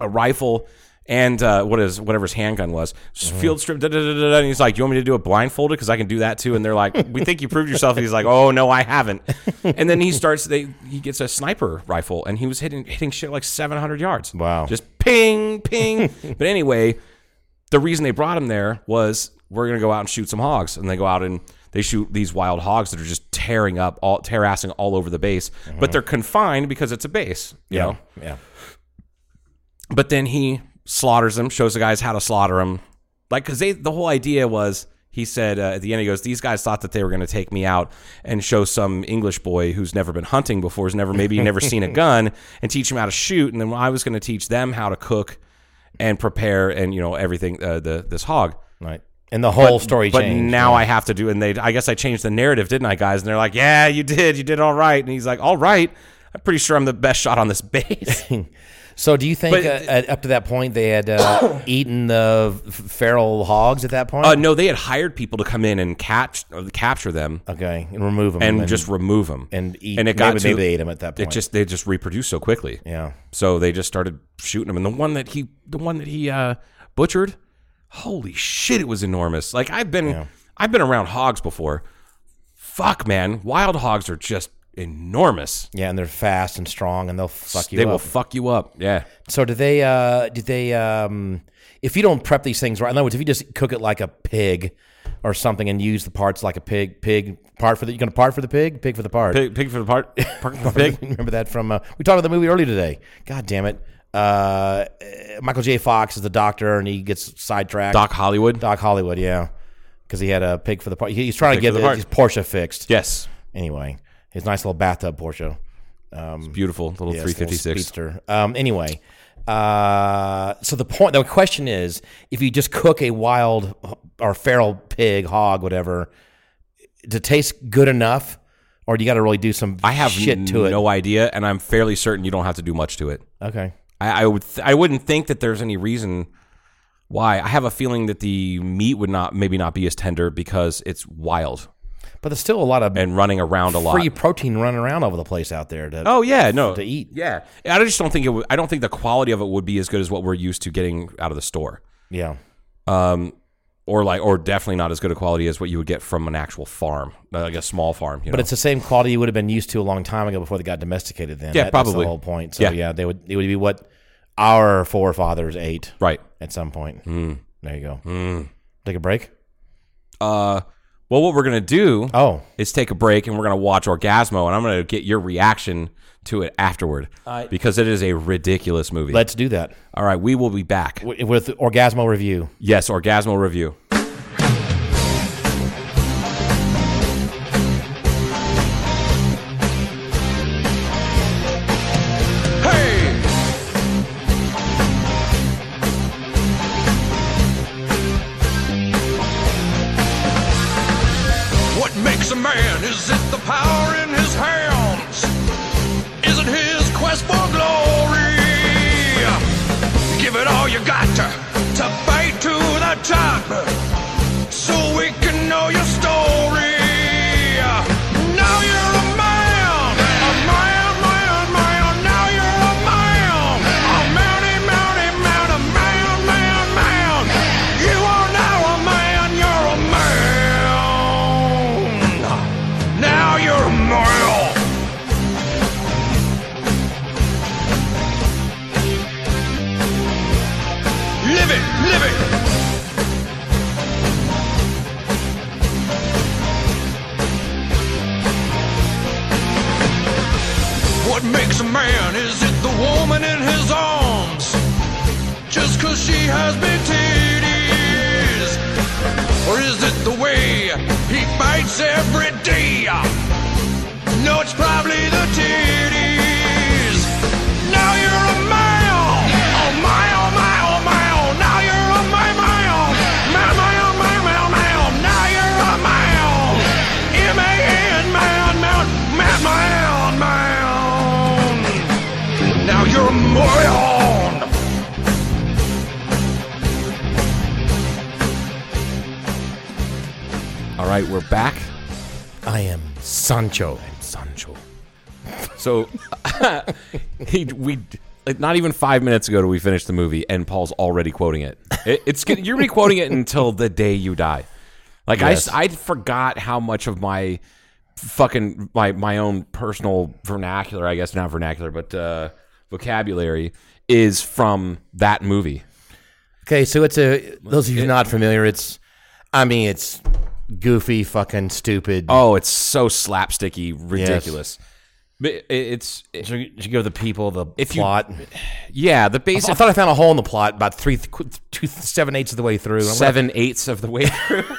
S5: a rifle and uh, what is whatever his handgun was. Just
S4: Mm-hmm.
S5: Field stripped. Da, da, da, da, da, and he's like, "You want me to do it blindfolded? Because I can do that too." And they're like, "We think you proved yourself." And he's like, "Oh no, I haven't." And then he starts. They he gets a sniper rifle and he was hitting hitting shit like 700 yards.
S4: Wow.
S5: Just ping ping. but anyway, the reason they brought him there was we're gonna go out and shoot some hogs, and they go out and they shoot these wild hogs that are just tearing up all terrassing all over the base, but they're confined because it's a base, you know.
S4: yeah.
S5: But then he slaughters them, shows the guys how to slaughter them, like because they the whole idea was. He said uh, at the end, he goes, These guys thought that they were going to take me out and show some English boy who's never been hunting before, has never maybe never seen a gun, and teach him how to shoot. And then I was going to teach them how to cook and prepare and, you know, everything, uh, the, this hog.
S4: Right. And the whole story
S5: But
S4: changed.
S5: now I have to do, and they. I guess I changed the narrative, didn't I, guys? And they're like, "Yeah, you did. You did all right." And he's like, "All right. I'm pretty sure I'm the best shot on this base."
S4: so do you think
S5: But-
S4: uh, at, up to that point they had uh, eaten the f- feral hogs at that point?
S5: uh, no, they had hired people to come in and catch, uh, capture them,
S4: okay, and remove them
S5: and just remove them
S4: and eat.
S5: And it got
S4: maybe,
S5: to-
S4: maybe they ate them at that point.
S5: It just they just reproduced so quickly.
S4: yeah.
S5: So they just started shooting him, and the one that he, the one that he uh, butchered, holy shit, it was enormous. Like I've been, I've been around hogs before. Fuck, man, wild hogs are just enormous.
S4: Yeah, and they're fast and strong, and they'll fuck you
S5: they
S4: up.
S5: will fuck you up. Yeah.
S4: so do they? Uh, did they? Um, if you don't prep these things right, in other words, if you just cook it like a pig or something, and use the parts like a pig, pig part for the you're gonna part for the pig, pig for the part.
S5: Pig, pig for the part. Park for the pig.
S4: Remember that from uh, we talked about the movie earlier today. God damn it! Uh, Michael J. Fox is the doctor, and he gets sidetracked.
S5: Doc Hollywood.
S4: Doc Hollywood, yeah, because he had a pig for the part. He, he's trying
S5: Pig
S4: to get
S5: for the
S4: the
S5: part.
S4: his Porsche fixed.
S5: Yes.
S4: Anyway, his nice little bathtub Porsche.
S5: It's beautiful. Little
S4: Mm. Yes, little
S5: 356.
S4: speedster. Um, anyway, uh, so the point, the question is, if you just cook a wild uh, or feral pig, hog, whatever, to taste good enough, or do you got to really do some
S5: I have
S4: shit to it?
S5: no idea, and I'm fairly certain you don't have to do much to it.
S4: okay,
S5: I, I would th- I wouldn't think that there's any reason why. I have a feeling that the meat would not maybe not be as tender because it's wild
S4: but there's still a lot of
S5: and running around a lot.
S4: free protein running around over the place out there. To,
S5: Oh yeah, no
S4: to eat.
S5: Yeah, I just don't think it. Would, I don't think the quality of it would be as good as what we're used to getting out of the store,
S4: yeah.
S5: or like, or definitely not as good a quality as what you would get from an actual farm, uh, like a small farm. You
S4: But
S5: know?
S4: it's the same quality you would have been used to a long time ago before they got domesticated. Then
S5: Yeah,
S4: That- that's
S5: probably.
S4: the whole point. So
S5: Yeah.
S4: yeah, they would it would be what our forefathers ate
S5: right.
S4: at some point.
S5: Hmm.
S4: There you go. Take a break.
S5: Uh, well, what we're gonna do
S4: Oh,
S5: is take a break and we're gonna watch Orgasmo, and I'm gonna get your reaction to it afterward because it is a ridiculous movie.
S4: let's do that
S5: All right, we will be back.
S4: W- with Orgasmo review.
S5: Yes, Orgasmo review.
S6: What makes a man? Is it the power in his hands? Is it his quest for glory? Give it all you got to, to fight to the top so we can know your story. Now you're a man, a man, man, man. Now you're a man, a manny, manny, man, a man, man, man. You are now a man, you're a man. Now you're a man. Live it, live it. What makes a man? Is it the woman in his arms? Just cause she has big titties? Or is it the way he fights every day? No, it's probably the titties. Now you're a man. Oh my, oh my, oh my, oh. Now you're a man, man. Man, man, man, man, man. Now you're a man. M-A-N, man, man,
S5: right, we're back.
S4: I am Sancho.
S5: Sancho. So he we like, not even five minutes ago do we finish the movie, and Paul's already quoting it. it it's gonna- you're gonna be quoting it until the day you die. Like I s
S4: Yes.
S5: I I, forgot how much of my fucking my my own personal vernacular, I guess not vernacular, but uh, vocabulary is from that movie.
S4: Okay, so it's a those of you not familiar, it's I mean it's goofy, fucking stupid.
S5: Oh, it's so slapsticky, ridiculous. But it- it's it-
S4: should, should go the people the
S5: If you-
S4: plot.
S5: yeah,
S4: I
S5: the basic
S4: thought I found a hole in the plot about three, qu- two, seven eighths of the way through. And I went
S5: seven eighths of the way through.
S4: up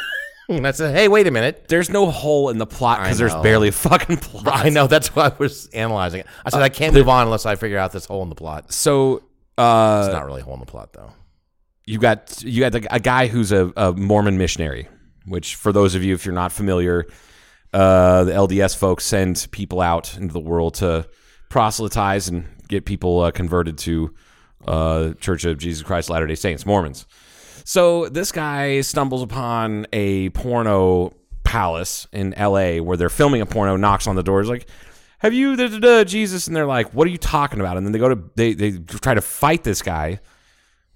S4: And I said, "Hey, wait a minute."
S5: There's no hole in the plot because there's
S4: know.
S5: barely a fucking plot.
S4: I know that's why I was analyzing it. I said I
S5: Uh,
S4: can't move on unless I figure out this hole in the plot.
S5: So uh,
S4: It's not really a hole in the plot though.
S5: you got you got the, a guy who's a, a Mormon missionary, which for those of you if you're not familiar, uh, the LDS folks send people out into the world to proselytize and get people uh, converted to uh, Church of Jesus Christ Latter Day Saints, Mormons. So this guy stumbles upon a porno palace in L.A. where they're filming a porno. Knocks on the door. He's like, "Have you da, da, da, Jesus?" And they're like, "What are you talking about?" And then they go to they they try to fight this guy,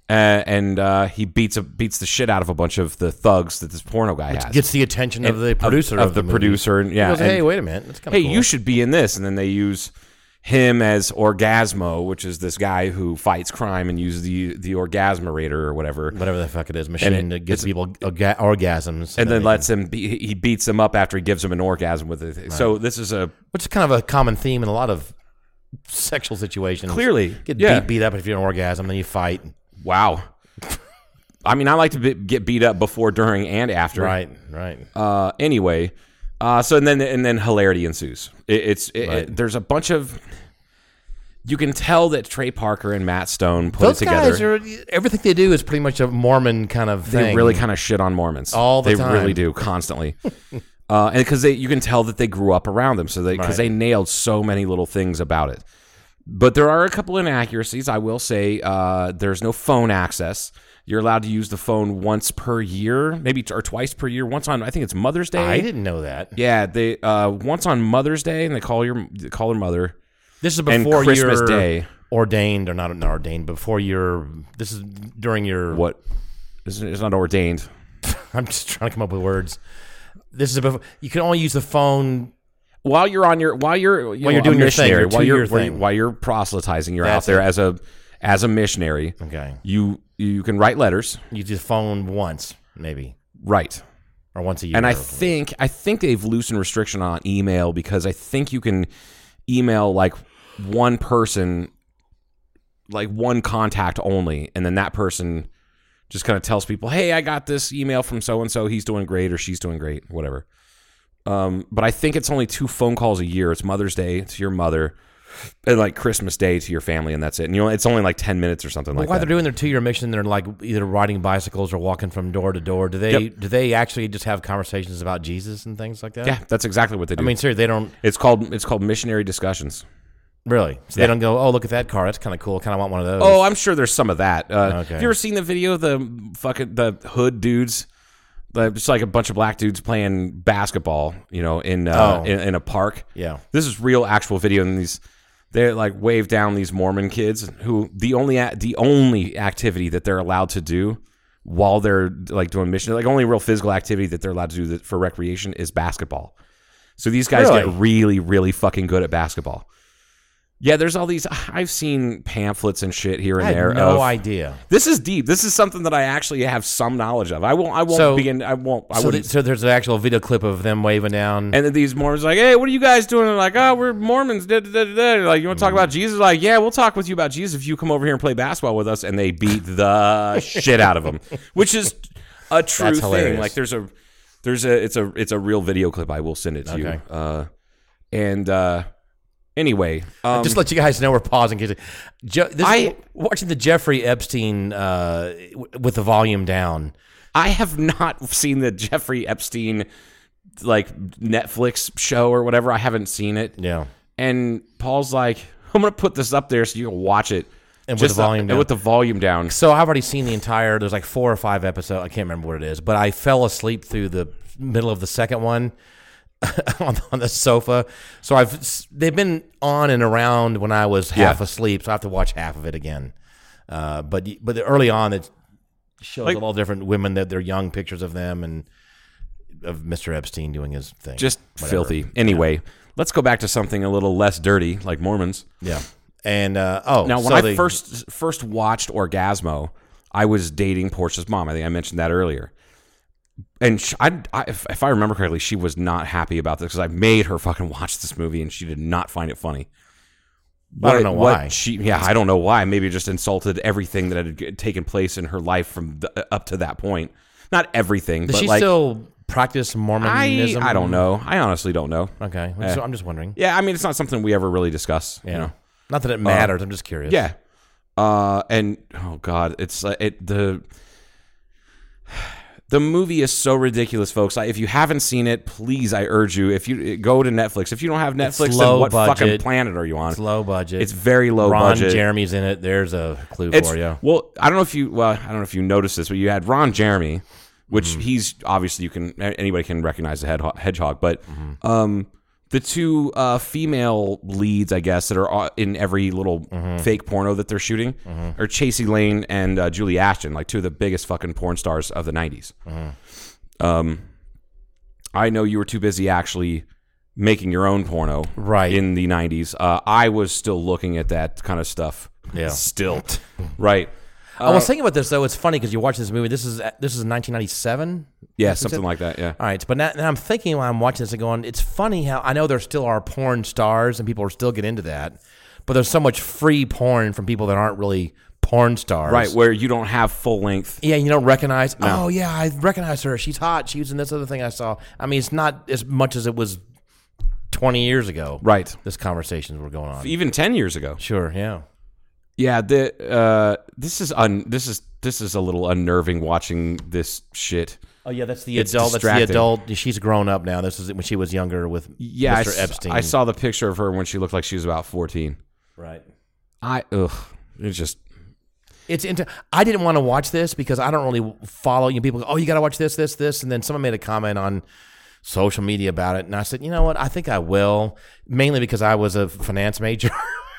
S5: uh, and uh, he beats a, beats the shit out of a bunch of the thugs that this porno guy has.
S4: Gets the attention of
S5: uh, And-
S4: the producer
S5: of, the,
S4: movie.
S5: producer, and yeah,
S4: He goes,
S5: and-
S4: "Hey, wait a minute. That's kind
S5: hey,
S4: of cool.
S5: you should be in this. And then they use him as Orgasmo, which is this guy who fights crime and uses the the Orgasmerator or whatever.
S4: whatever the fuck it is, machine
S5: it-
S4: that gives people orga- orgasms,
S5: And then
S4: they-
S5: lets him. Be, he beats him up after he gives him an orgasm with it. So this is a
S4: which is kind of a common theme in a lot of sexual situations.
S5: Clearly,
S4: get
S5: yeah.
S4: beat, beat up if you don't orgasm, then you fight.
S5: wow. I mean, I like to be, get beat up before, during, and after.
S4: Right, right.
S5: Uh, anyway, uh, so and then and then hilarity ensues. It, it's it, it,
S4: Right.
S5: there's a bunch of. You can tell that Trey Parker and Matt Stone put
S4: Those
S5: it together.
S4: guys are everything they do is pretty much a Mormon kind of
S5: they
S4: thing.
S5: really kind of shit on Mormons
S4: All the
S5: they
S4: time.
S5: really do constantly, uh, and because they you can tell that they grew up around them, so they because they nailed so many little things about it. But there are a couple inaccuracies. I will say uh, there's no phone access. You're allowed to use the phone once per year, maybe t- or twice per year. Once on I think it's Mother's Day.
S4: I didn't know that.
S5: Yeah, they uh, once on Mother's Day, and they call your they call her mother.
S4: This is
S5: And
S4: before
S5: Christmas
S4: you're
S5: Day.
S4: ordained or not, not ordained. Before you're this is during your
S5: What? It's, it's not ordained.
S4: I'm just trying to come up with words. This is before you can only use the phone.
S5: while you're on your while you're you
S4: While you're
S5: a
S4: doing your thing,
S5: missionary,
S4: your
S5: while you're
S4: two-year
S5: while,
S4: thing.
S5: while you're proselytizing, you're
S4: That's
S5: out there
S4: it.
S5: as a as a missionary.
S4: Okay,
S5: You you can write letters,
S4: you use the phone once maybe
S5: right?
S4: or once a year.
S5: And I
S4: or-
S5: think I think they've loosened restriction on email because I think you can email like one person, like one contact only, and then that person just kind of tells people, "Hey, I got this email from so and so. He's doing great, or she's doing great, whatever." Um, but I think it's only two phone calls a year. It's Mother's Day to your mother, and like Christmas Day to your family, and that's it. And you know, it's only like ten minutes or something
S4: But
S5: like
S4: while
S5: that.
S4: they're doing their two-year mission, they're like either riding bicycles or walking from door to door. Do they do they actually just have conversations about Jesus and things like that?
S5: yeah, that's exactly what they do.
S4: I mean, seriously, they don't
S5: it's called it's called missionary discussions.
S4: really. So
S5: Yeah.
S4: they don't go. Oh, look at that car. That's kind of cool. Kind of want one of those.
S5: Oh, I'm sure there's some of that. Uh,
S4: Okay.
S5: Have you ever seen the video of the fucking the hood dudes? The- It's like a bunch of black dudes playing basketball, you know, in uh,
S4: Oh.
S5: in, in a park.
S4: Yeah.
S5: this is real, actual video, and these they like wave down these Mormon kids who the only a- the only activity that they're allowed to do while they're like doing mission, like only real physical activity that they're allowed to do that for recreation is basketball. So these guys
S4: Really?
S5: get really, really fucking good at basketball. Yeah, there's all these. I've seen pamphlets and shit here and
S4: I had
S5: there.
S4: no
S5: of-
S4: idea.
S5: This is deep. This is something that I actually have some knowledge of. I won't. I won't
S4: So-
S5: begin. I won't. I
S4: so,
S5: wouldn't.
S4: th- so there's an actual video clip of them waving down.
S5: and then these Mormons are like, hey, what are you guys doing? They're like, oh, we're Mormons. Da, da, da, da, da. They're Like, you want to talk about Jesus? Like, yeah, we'll talk with you about Jesus if you come over here and play basketball with us. And they beat the shit out of them, which is a true
S4: That's
S5: thing.
S4: hilarious.
S5: Like, there's a, there's a, it's a, it's a real video clip. I will send it to
S4: Okay.
S5: you. Uh, and uh, anyway, um,
S4: just let you guys know we're pausing. 'cause- Je- this,
S5: I-
S4: watching the Jeffrey Epstein uh, w- with the volume down.
S5: I have not seen the Jeffrey Epstein like Netflix show or whatever. I haven't seen it.
S4: Yeah.
S5: And Paul's like, I'm gonna put this up there so you can watch it.
S4: And with the volume
S5: And
S4: down.
S5: with the volume down.
S4: So I've already seen the entire. There's like four or five episodes. I can't remember what it is, but I fell asleep through the middle of the second one on, on the sofa. So I've s- they've been on and around when I was half
S5: Yeah.
S4: asleep. So I have to watch half of it again. Uh, but y- but early on, it shows
S5: Like-
S4: all different women that they're young pictures of them and of Mr. Epstein doing his thing.
S5: Just
S4: whatever.
S5: filthy. Anyway, let's go back to something a little less dirty, like Mormons.
S4: Yeah. And uh, oh,
S5: Now, when
S4: so
S5: I
S4: they-
S5: first first watched Orgasmo, I was dating Portia's mom. I think I mentioned that earlier. And sh I, I, if, if I remember correctly, she was not happy about this because I made her fucking watch this movie, and she did not find it funny.
S4: I don't know
S5: what
S4: why.
S5: She, yeah, I don't know why. Maybe it just insulted everything that had g- taken place in her life from the, uh, up to that point. Not everything,
S4: does
S5: but
S4: she
S5: like
S4: still practice
S5: I,
S4: Mormonism?
S5: I don't know. I honestly don't know.
S4: Okay,
S5: Eh.
S4: so I'm just wondering.
S5: Yeah, I mean, it's not something we ever really discuss. You know. Uh,
S4: Not that it matters. I'm just curious.
S5: Yeah. Uh, and oh god, it's uh, it the the movie is so ridiculous, folks. I, if you haven't seen it, please, I urge you. If you go to Netflix, if you don't have Netflix, then
S4: low
S5: what fucking
S4: budget.
S5: planet are you on?
S4: It's low budget.
S5: It's very low
S4: Ron
S5: budget.
S4: Jeremy's in it. There's a clue
S5: it's
S4: for you.
S5: well, I don't know if you well, I don't know if you noticed this, but you had Ron Jeremy, which
S4: Mm-hmm.
S5: he's obviously you can anybody can recognize the hedgehog, hedgehog but
S4: Mm-hmm.
S5: um, the two uh, female leads, I guess, that are all- in every little
S4: Mm-hmm.
S5: fake porno that they're shooting are Chasey Lane and uh, Julie Ashton, like two of the biggest fucking porn stars of the '90s. Um,
S4: Mm-hmm.
S5: I know you were too busy actually making your own porno
S4: Right.
S5: in the 90s uh, i was still looking at that kind of stuff
S4: Yeah.
S5: still right
S4: I
S5: Uh,
S4: was thinking about this though. It's funny because you watch this movie. This is this is 1997.
S5: Yeah,
S4: That's what you
S5: something
S4: said?
S5: like that. Yeah.
S4: All right, but now, now I'm thinking while I'm watching this and going, it's funny how I know there still are porn stars and people are still get into that, but there's so much free porn from people that aren't really porn stars.
S5: Right, where you don't have full length.
S4: Yeah, you don't recognize. Oh yeah, I recognize her. She's hot. She was in this other thing I saw. I mean, it's not as much as it was 20 years ago.
S5: Right.
S4: This conversations were going on.
S5: Even 10 years ago.
S4: Sure. Yeah.
S5: Yeah, the uh this is un this is this is a little unnerving watching this shit.
S4: Oh yeah, that's the
S5: It's
S4: adult. That's the
S5: distracting.
S4: adult. She's grown up now. This is when she was younger with
S5: Yeah, I
S4: Mr.
S5: s-
S4: Epstein.
S5: I saw the picture of her when she looked like she was about 14.
S4: Right.
S5: I ugh, it's just
S4: It's into. I didn't want to watch this because I don't really follow you. know, People, go, oh, you got to watch this, this, this, and then someone made a comment on social media about it, and I said, you know what? I think I will, mainly because I was a finance major.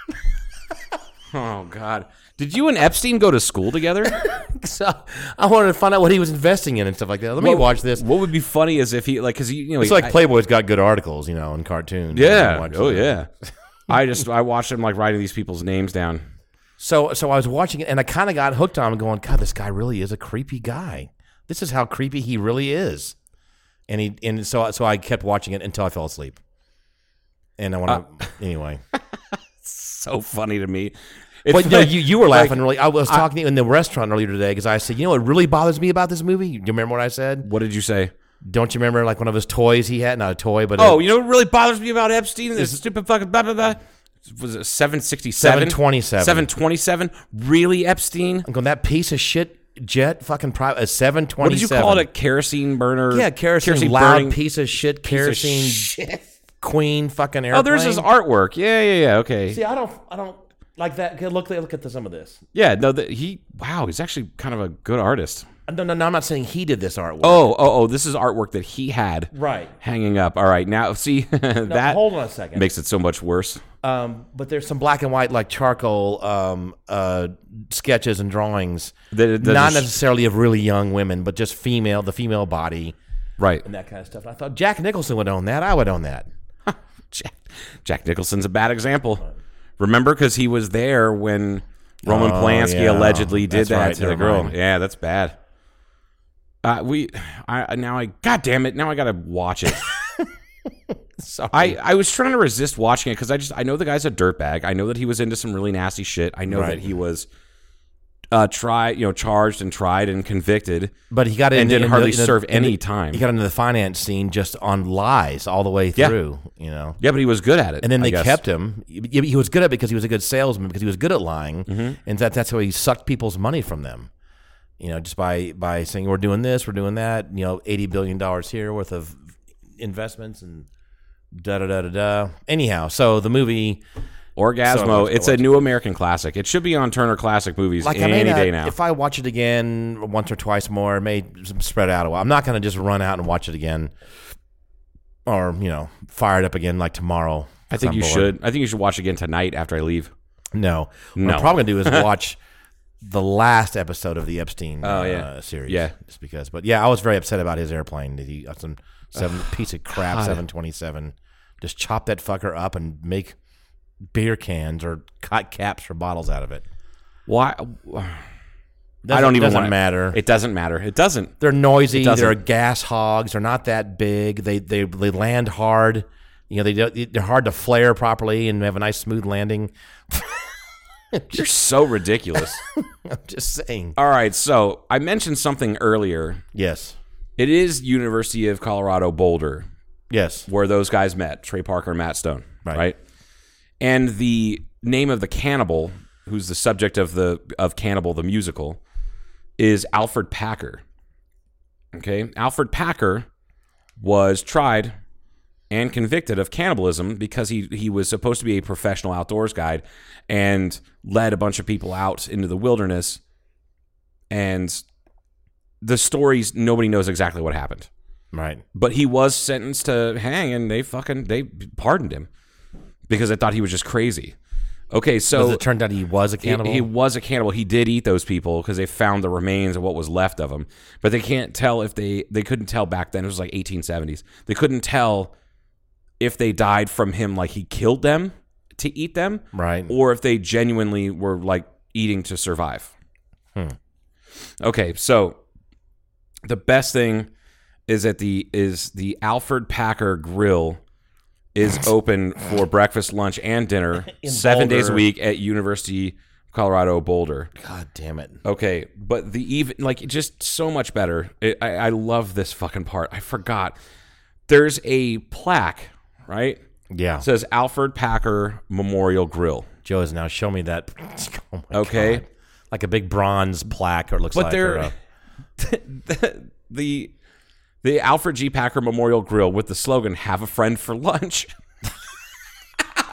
S5: Oh god. Did you and Epstein go to school together?
S4: so I wanted to find out what he was investing in and stuff like that. Let me
S5: What-
S4: watch this.
S5: What would be funny is if he like cuz you know
S4: it's
S5: he-
S4: like
S5: I-
S4: Playboy's got good articles, you know, and cartoons. I
S5: Yeah.
S4: watch
S5: Oh
S4: them.
S5: yeah. I just I watched him like writing these people's names down.
S4: So so I was watching it and I kind of got hooked on him going, God, this guy really is a creepy guy. This is how creepy he really is. And he and so so I kept watching it until I fell asleep. And I want to anyway.
S5: So funny to me. It's
S4: But no,
S5: like-
S4: you you were
S5: like-
S4: laughing really. I was talking to you in the restaurant earlier today because I said, you know what really bothers me about this movie? Do you remember what I said?
S5: What did you say?
S4: Don't you remember like one of his toys he had? Not a toy, but
S5: Oh,
S4: a
S5: you know what really bothers me about Epstein? This stupid fucking blah blah blah. Was it seven sixty seven?
S4: 727.
S5: Seven twenty seven. Really, Epstein?
S4: I'm going that piece of shit jet fucking private a seven twenty.
S5: What did you call it? A kerosene burner?
S4: Yeah, kerosene, loud
S5: burning
S4: piece of shit, kerosene queen fucking airplane.
S5: Oh, there's his artwork. Yeah, yeah, yeah. Okay.
S4: See, I don't, I don't like that. Good, Look, look at the, some of this.
S5: Yeah. No, the, he. Wow, he's actually kind of a good artist.
S4: No, no, no. I'm not saying he did this artwork.
S5: Oh, oh, oh. This is artwork that he had.
S4: Right.
S5: Hanging up. All right. Now, see that.
S4: hold on a second.
S5: Makes it so much worse.
S4: um, but there's some black and white like charcoal um, uh, sketches and drawings,
S5: That it doesn't
S4: not
S5: sh-
S4: necessarily of really young women, but just female, the female body
S5: Right.
S4: and that kind of stuff. And I thought Jack Nicholson would own that. I would own that.
S5: Jack, Jack Nicholson's a bad example. Remember, because he was there when Roman
S4: Oh,
S5: Polanski
S4: yeah.
S5: allegedly did
S4: That's
S5: that
S4: right,
S5: to the
S4: never
S5: girl.
S4: mind.
S5: Yeah, that's bad. Uh, we, I I- now I, god damn it, now I gotta watch it.
S4: Sorry.
S5: I, I was trying to resist watching it because I just I know the guy's a dirtbag. I know that he was into some really nasty shit. I know
S4: Right.
S5: that he was uh try you know charged and tried and convicted.
S4: But he got in
S5: And didn't
S4: in
S5: hardly
S4: in
S5: serve
S4: in
S5: any
S4: the-
S5: time.
S4: He got into the finance scene just on lies all the way
S5: Yeah.
S4: through, you know.
S5: Yeah, but he was good at it.
S4: And then
S5: I
S4: they
S5: guess.
S4: kept him. He he was good at it because he was a good salesman because he was good at lying,
S5: Mm-hmm.
S4: and that that's how he sucked people's money from them. You know, just by by saying we're doing this, we're doing that. You know, eighty billion dollars here worth of investments and da da da da da. Anyhow, so the movie Son of
S5: Orgasmo.
S4: a-
S5: It's a new American classic. It should be on Turner Classic Movies
S4: Like
S5: any
S4: I may not,
S5: day now.
S4: if I watch it again once or twice more, it may s- spread out a while. I'm not going to just run out and watch it again, or you know, fire it up again like tomorrow.
S5: I think
S4: 'cause I'm
S5: you
S4: bored.
S5: should. I think you should watch again tonight after I leave.
S4: No, what
S5: No.
S4: I'm probably gonna do is watch the last episode of the Epstein
S5: Oh,
S4: uh,
S5: yeah.
S4: series.
S5: Yeah.
S4: just because. But yeah, I was very upset about his airplane. That he got some seven piece of crap seven twenty seven. Just chop that fucker up and make beer cans or cot caps or bottles out of it.
S5: Why?
S4: Doesn't,
S5: I don't even
S4: doesn't
S5: want
S4: matter.
S5: It doesn't matter. It doesn't.
S4: they're noisy.
S5: doesn't.
S4: They're gas hogs. They're not that big. They they they land hard. You know they don't- they're hard to flare properly and have a nice smooth landing.
S5: You're so ridiculous.
S4: I'm just saying.
S5: All right. So I mentioned something earlier.
S4: Yes.
S5: It is University of Colorado Boulder
S4: Yes.
S5: where those guys met, Trey Parker and Matt Stone,
S4: Right.
S5: right? And the name of the cannibal, who's the subject of the of Cannibal the musical, is Alfred Packer. Okay, Alfred Packer was tried and convicted of cannibalism because he he was supposed to be a professional outdoors guide and led a bunch of people out into the wilderness and the stories nobody knows exactly what happened
S4: Right.
S5: but he was sentenced to hang and they fucking they pardoned him because they thought he was just crazy okay so
S4: Because it turned out he was a
S5: he,
S4: cannibal.
S5: he was a cannibal he did eat those people because they found the remains of what was left of him but they can't tell if they they couldn't tell back then it was like 1870s they couldn't tell if they died from him like he killed them to eat them
S4: Right.
S5: or if they genuinely were like eating to survive
S4: Hmm.
S5: okay so the best thing is that the is the Alfred Packer Grill is open for breakfast, lunch, and dinner seven days a
S4: Boulder.
S5: week at University of Colorado Boulder.
S4: God damn it.
S5: Okay, but the even like just so much better. It, I, I love this fucking part. I forgot. There's a plaque, right?
S4: Yeah.
S5: It says Alfred Packer Memorial Grill.
S4: Joe is now show me that. Oh my
S5: Okay.
S4: God. Like a big bronze plaque, or it looks
S5: But
S4: like.
S5: they're-
S4: or a-
S5: the the the Alfred G. Packer Memorial Grill with the slogan "Have a friend for lunch."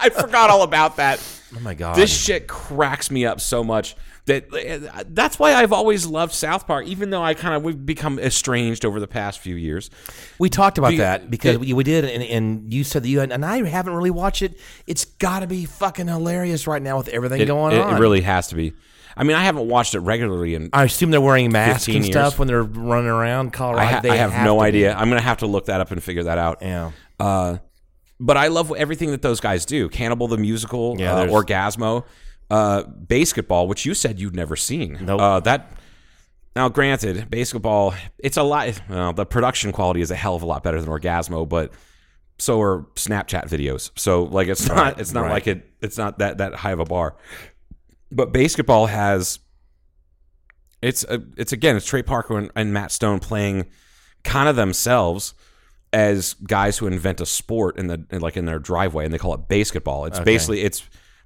S5: I forgot all about that.
S4: oh my god.
S5: This shit cracks me up so much that that's why I've always loved South Park, even though I kind of we've become estranged over the past few years.
S4: we talked about
S5: the-
S4: that because we we did, and, and you said that you had, and I haven't really watched it. It's got to be fucking hilarious right now with everything going
S5: it,
S4: on.
S5: it really has to be. I mean, I haven't watched it regularly, and
S4: I assume they're wearing masks
S5: 15
S4: and
S5: years.
S4: stuff when they're running around Colorado.
S5: I, ha-
S4: They
S5: I have,
S4: have
S5: no
S4: to be.
S5: idea. I'm gonna have to look that up and figure that out.
S4: Yeah.
S5: Uh, but I love everything that those guys do. Cannibal the musical,
S4: Yeah,
S5: uh,
S4: there's-
S5: Orgasmo, uh, basketball, which you said you'd never seen.
S4: Nope.
S5: Uh, that now, granted, basketball, it's a lot. Well, the production quality is a hell of a lot better than Orgasmo, but so are Snapchat videos. So like, it's not. It's not
S4: right.
S5: like it. It's not that that high of a bar. But basketball has. It's a, it's again it's Trey Parker and, and Matt Stone playing kind of themselves as guys who invent a sport in the in like in their driveway and they call it basketball. It's basically it's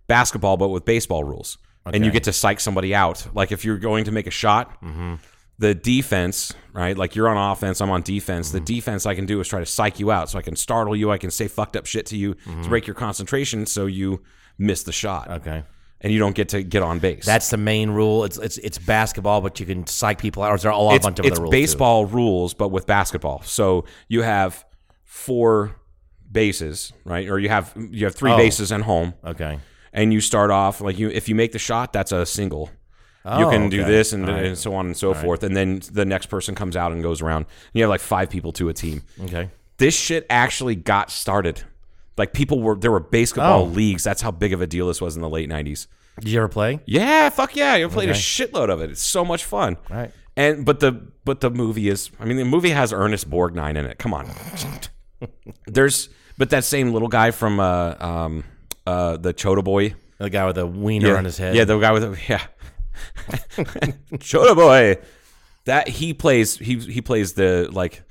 S5: basketball but with baseball rules. And you get to psych somebody out. Like if you're going to make a shot,
S4: Mm-hmm.
S5: the defense, right? Like you're on offense, I'm on defense.
S4: Mm-hmm.
S5: The defense I can do is try to psych you out so I can startle you, I can say fucked up shit to you to break your concentration so you miss the shot.
S4: Mm-hmm. Okay.
S5: And you don't get to get on base.
S4: That's the main rule. It's it's it's basketball, but you can psych people out. Or is there a lot-
S5: it's,
S4: bunch of
S5: it's
S4: other rules? too?
S5: baseball rules, but with basketball. So you have four bases, right? Or you have you have three
S4: Oh.
S5: bases and home,
S4: Okay.
S5: and you start off like you. If you make the shot, that's a single. you
S4: Oh,
S5: can do
S4: okay.
S5: this and,
S4: All right.
S5: and so on and so forth, and then the next person comes out and goes around. You have like five people to a team.
S4: Okay.
S5: This shit actually got started. Like people were there were basketball
S4: Oh.
S5: leagues. That's how big of a deal this was in the late nineties.
S4: Did you ever play?
S5: Yeah, fuck yeah! You played a shitload of it. It's so much fun.
S4: Right.
S5: And but the but the movie is. I mean, the movie has Ernest Borgnine in it. Come on. There's but that same little guy from uh um uh the Chota Boy.
S4: The guy with the wiener on his head.
S5: Yeah, the guy with the yeah. Chota Boy. That he plays he he plays the like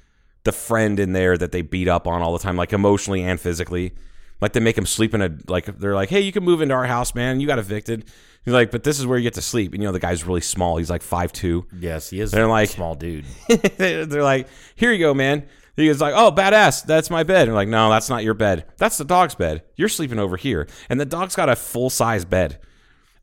S5: the friend in there that they beat up on all the time, like emotionally and physically. Like they make him sleep in a like they're like, Hey, you can move into our house, man. You got evicted. He's like, But this is where you get to sleep. And you know, the guy's really small. He's like five two.
S4: Yes, he is.
S5: They're
S4: a
S5: like-
S4: small dude.
S5: they're like, Here you go, man. He was like, "Oh, badass! That's my bed." And like, no, that's not your bed. That's the dog's bed. You're sleeping over here, and the dog's got a full size bed.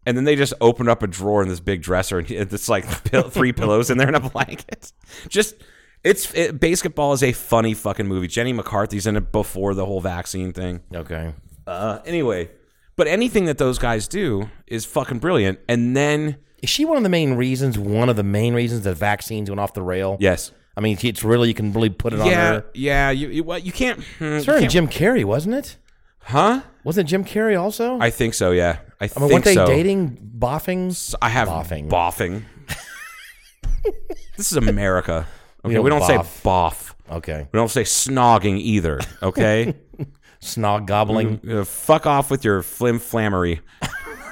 S5: And then they just open up a drawer in this big dresser, and it's like pill- three pillows in there and a blanket. Just it's it, basketball is a funny fucking movie. Jenny McCarthy's in it before the whole vaccine thing.
S4: Okay.
S5: Uh, anyway, but anything that those guys do is fucking brilliant. And then
S4: Is she one of the main reasons? One of the main reasons that vaccines went off the rail.
S5: yes,
S4: I mean, it's really you can really put it on
S5: yeah,
S4: her.
S5: yeah. You you, what, you can't, hmm,
S4: It's her and Jim Carrey, wasn't it?
S5: huh?
S4: Wasn't it Jim Carrey also?
S5: I think so. Yeah, I,
S4: I mean,
S5: think
S4: weren't they
S5: so.
S4: dating boffings?
S5: I have boffing.
S4: Boffing.
S5: Boffing. this is America. Okay, we
S4: don't
S5: don't, say
S4: boff.
S5: boff.
S4: Okay.
S5: We don't say snogging either. Okay,
S4: Snog gobbling.
S5: Uh, fuck off with your flim flammery.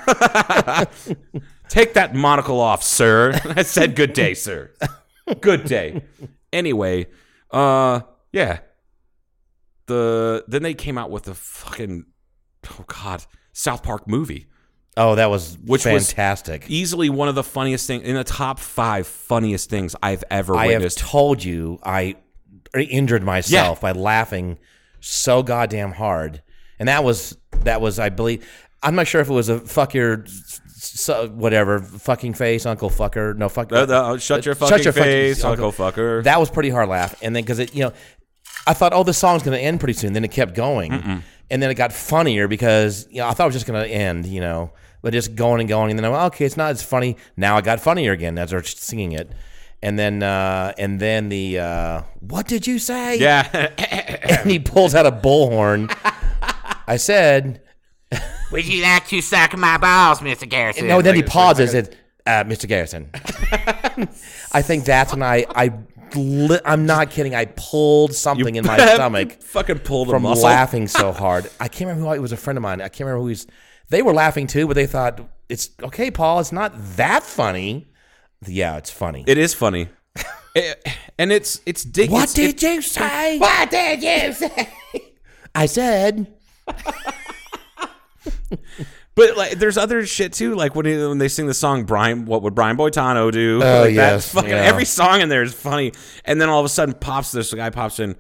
S5: Take that monocle off, sir. I said good day, sir. Good day. Anyway, uh, yeah. The then they came out with the fucking oh god South Park movie.
S4: Oh, that was
S5: Which was- e-
S4: fantastic.
S5: easily one of the funniest things in the top five funniest things I've ever
S4: I have
S5: witnessed.
S4: told you I injured myself by laughing so goddamn hard, and that was that was I believe I'm not sure if it was a fuck your s- s- whatever fucking face Uncle fucker no fuck
S5: Uh, uh, shut your fucking face, Uncle fucker.
S4: that was pretty hard laugh, and then because it you know I thought oh this song's gonna end pretty soon, then it kept going, and then it got funnier because you know I thought it was just gonna end you know. But just going and going, and then I'm okay. It's not as funny now. I got funnier again as they're singing it, and then uh, and then the uh, what did you say?
S5: yeah,
S4: and he pulls out a bullhorn. I said
S7: Would you like to suck my balls, Mr. Garrison?
S4: no. Then he pauses. and uh, Mr. Garrison. I think that's when I I li- I'm not kidding. I pulled something in my stomach
S5: fucking pull the
S4: from
S5: muscle.
S4: laughing so hard. I can't remember who I, it was. A friend of mine. I can't remember who he's. They were laughing too, but they thought it's okay, Paul. It's not that funny. Yeah, it's funny.
S5: It is funny, It- and it's it's dig-
S4: what
S5: it's-
S4: did
S5: it-
S4: you say? What did you say? I said.
S5: But like, there's other shit too. Like when he- when they sing the song Brian, what would Brian Boitano do?
S4: Oh,
S5: like that
S4: yes,
S5: fucking
S4: yeah.
S5: every song in there is funny. And then all of a sudden, pops this guy pops in.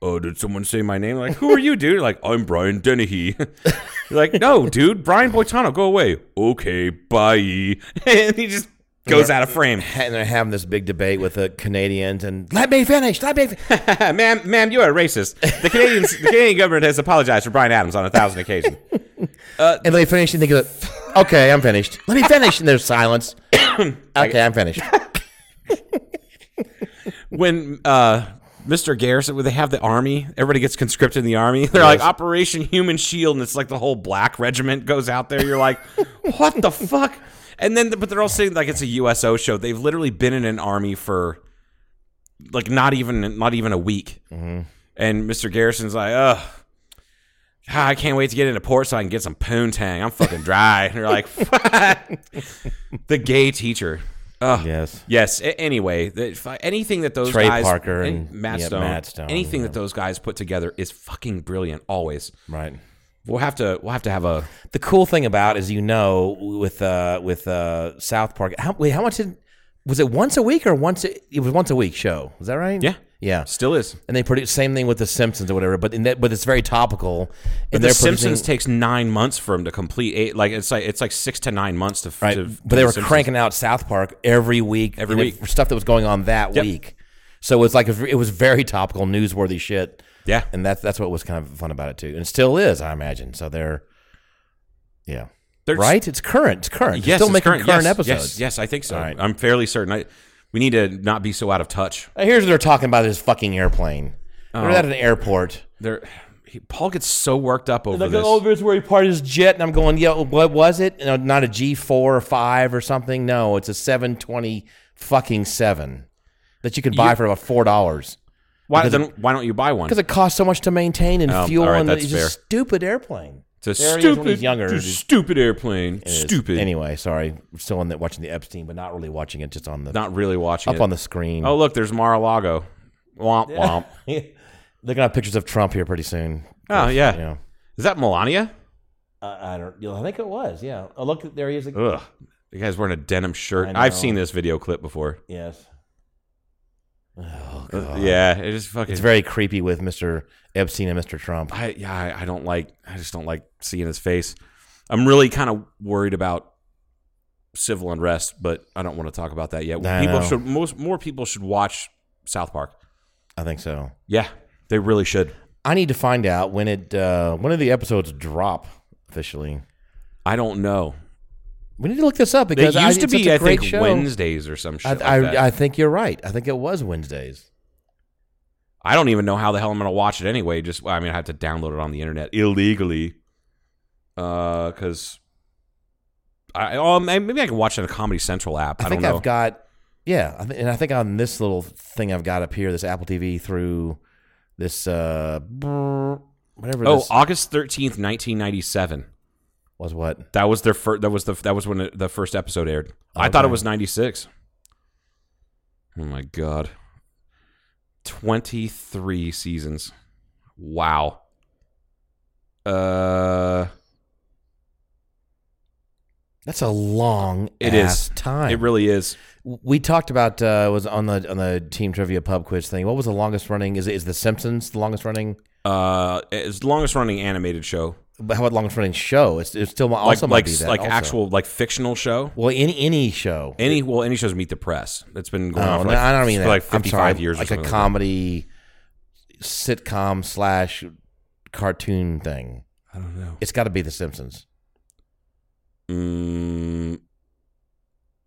S5: Oh, did someone say my name? Like, who are you, dude? Like, I'm Brian Dennehy. You're like, no, dude, Brian Boitano, go away. Okay, bye. And he just goes out of frame.
S4: and they're having this big debate with the Canadians and let me finish, let me. Fin-.
S5: ma'am, ma'am, you are racist. The Canadians, the Canadian government has apologized for Brian Adams on a thousand occasions.
S4: And they finish and they go, okay, I'm finished. Let me finish. And there's silence. okay, I'm finished.
S5: when uh Mr. Garrison, when they have the army, everybody gets conscripted in the army. They're like Operation Human Shield, and it's like the whole black regiment goes out there. You're like, what the fuck? And then, but they're all saying like it's a USO show. They've literally been in an army for like not even not even a week. And Mr. Garrison's like, ugh. "Ah, I can't wait to get into port so I can get some poontang. I'm fucking dry. And you're like, what? the gay teacher. Ugh.
S4: Yes.
S5: Yes. a- anyway, the, if I- anything that those
S4: Trey
S5: guys,
S4: Parker
S5: any-
S4: and-
S5: Matt,
S4: yeah,
S5: Stone,
S4: Matt Stone,
S5: anything
S4: yeah.
S5: that those guys put together is fucking brilliant. Always.
S4: Right.
S5: We'll have to. We'll have to have a.
S4: The cool thing about is you know with uh with uh South Park. How, wait, how much did was it once a week or once a, it was once a week show? Is that right?
S5: Yeah.
S4: Yeah.
S5: Still is.
S4: And they produce same thing with the Simpsons or whatever, but in that, but it's very topical.
S5: But
S4: and
S5: the
S4: they're
S5: Simpsons
S4: producing-
S5: takes nine months for them to complete. Eight, like it's like it's like six to nine months to.
S4: Right.
S5: to
S4: but they were
S5: Simpsons.
S4: cranking out South Park every week.
S5: Every
S4: and it-
S5: week.
S4: Stuff that was going on that
S5: Yep.
S4: week. So it's like, it was very topical, newsworthy shit.
S5: Yeah.
S4: And that's, that's what was kind of fun about it, too. And it still is, I imagine. So they're, yeah.
S5: They're-
S4: right? It's current. It's current. They're
S5: Yes,
S4: still
S5: it's
S4: making
S5: current,
S4: current,
S5: yes, Yes,
S4: episodes.
S5: yes, I think so.
S4: All right.
S5: I'm fairly certain. I, we need to not be so out of touch.
S4: Uh, Here's what they're talking about this fucking airplane.
S5: Oh.
S4: They're at an airport.
S5: There, he, Paul gets so worked up over
S4: Like,
S5: this.
S4: oh, here's where he parted his jet. And I'm going, yo, what was it? No, not a G4 or 5 or something. No, it's a 720 fucking 7 that you can buy for about $4.
S5: why then? Why don't you buy one?
S4: Because it costs so much to maintain and
S5: Oh,
S4: fuel
S5: all right,
S4: and
S5: that's
S4: it's
S5: fair.
S4: just stupid airplane.
S5: It's a
S4: There he is when
S5: stupid,
S4: he's younger.
S5: it's a
S4: Just-
S5: stupid airplane.
S4: It is.
S5: Stupid.
S4: Anyway, sorry. We're still on the, watching the Epstein, but not really watching it, just on the
S5: not really watching.
S4: up
S5: it.
S4: on the screen.
S5: Oh look, there's Mar-a-Lago. Womp womp.
S4: They're gonna have pictures of Trump here pretty soon.
S5: Oh, yeah.
S4: You know.
S5: Is that Melania?
S4: I, I don't. I think it was. Yeah. Oh, look, there he is. Again.
S5: Ugh. The guy's wearing a denim shirt.
S4: I
S5: I've
S4: know.
S5: seen this video clip before.
S4: Yes.
S5: yeah, it is fucking.
S4: It's very creepy with Mr. Epstein and Mr. Trump.
S5: I yeah, I, I don't like. I just don't like seeing his face. I'm really kind of worried about civil unrest, but I don't want to talk about that yet.
S4: I
S5: people
S4: know.
S5: should most more people should watch South Park.
S4: I think so.
S5: Yeah, they really should.
S4: I need to find out when it uh, when do the episodes drop officially.
S5: I don't know.
S4: We need to look this up
S5: They
S4: because
S5: used
S4: I,
S5: to
S4: it's such
S5: be,
S4: a
S5: I
S4: great
S5: think,
S4: show.
S5: Wednesdays or some shit.
S4: I,
S5: like
S4: I,
S5: that.
S4: I think you're right. I think it was Wednesdays.
S5: I don't even know how the hell I'm going to watch it anyway. Just well, I mean, I have to download it on the internet illegally. Uh, because I oh, may- maybe I can watch it on the Comedy Central app. I,
S4: I, think
S5: don't know.
S4: I've got yeah, I th- and I think on this little thing I've got up here, this Apple TV through this uh brr, whatever
S5: oh,
S4: this
S5: August thirteenth, nineteen ninety seven.
S4: was what
S5: That was their first. That was the that was when the- the first episode aired. I thought it
S4: Okay.
S5: was ninety six. Oh my god, twenty three seasons. Wow. Uh,
S4: that's a long
S5: it is
S4: ass time.
S5: It really is.
S4: we talked about uh was on the on the team trivia pub quiz thing. What was the longest running? Is is the Simpsons the longest running?
S5: Uh, it's the longest running animated show.
S4: But how about longest running show? It's, it's still
S5: Like
S4: also might
S5: like
S4: be that
S5: like
S4: also.
S5: actual like fictional show.
S4: well any any show.
S5: Any well any shows Meet the Press. That's been
S4: No,
S5: going on for
S4: Oh, no,
S5: like,
S4: I don't mean
S5: for
S4: that.
S5: like
S4: I'm
S5: fifty
S4: sorry,
S5: five years.
S4: like
S5: or
S4: a
S5: something that.
S4: comedy sitcom slash cartoon thing.
S5: I don't know.
S4: It's got to be The Simpsons.
S5: Mm,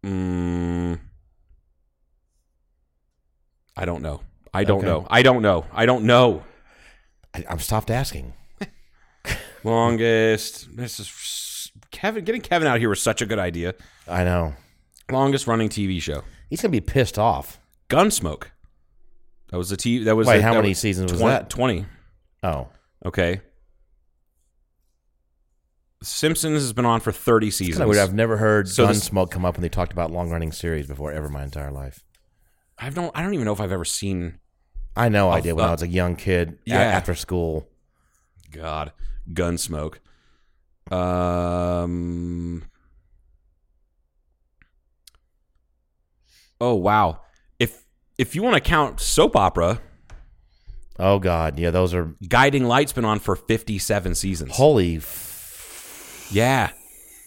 S5: mm, I don't know. I don't
S4: Okay.
S5: know. I don't know. I don't know.
S4: I, I'm stopped asking.
S5: Longest. This is Kevin. Getting Kevin out here was such a good idea.
S4: I know
S5: Longest running TV show.
S4: he's gonna be pissed off.
S5: Gunsmoke. That was the TV. That was
S4: Wait,
S5: the-
S4: how
S5: that
S4: many seasons was
S5: 20
S4: that?
S5: Twenty.
S4: Oh,
S5: Okay. Simpsons has been on for thirty
S4: it's
S5: seasons.
S4: kind of weird. I've never heard
S5: So this-
S4: Gunsmoke come up when they talked about long running series before ever in my entire life.
S5: I've don't. I don't even know if I've ever seen.
S4: I know I
S5: I've-
S4: did when
S5: uh,
S4: I was a young kid a-
S5: yeah.
S4: after school.
S5: God, Gunsmoke. Um. Oh wow! If if you want to count soap opera,
S4: Oh God, yeah, those are
S5: Guiding Light's been on for fifty-seven seasons.
S4: holy f-
S5: yeah,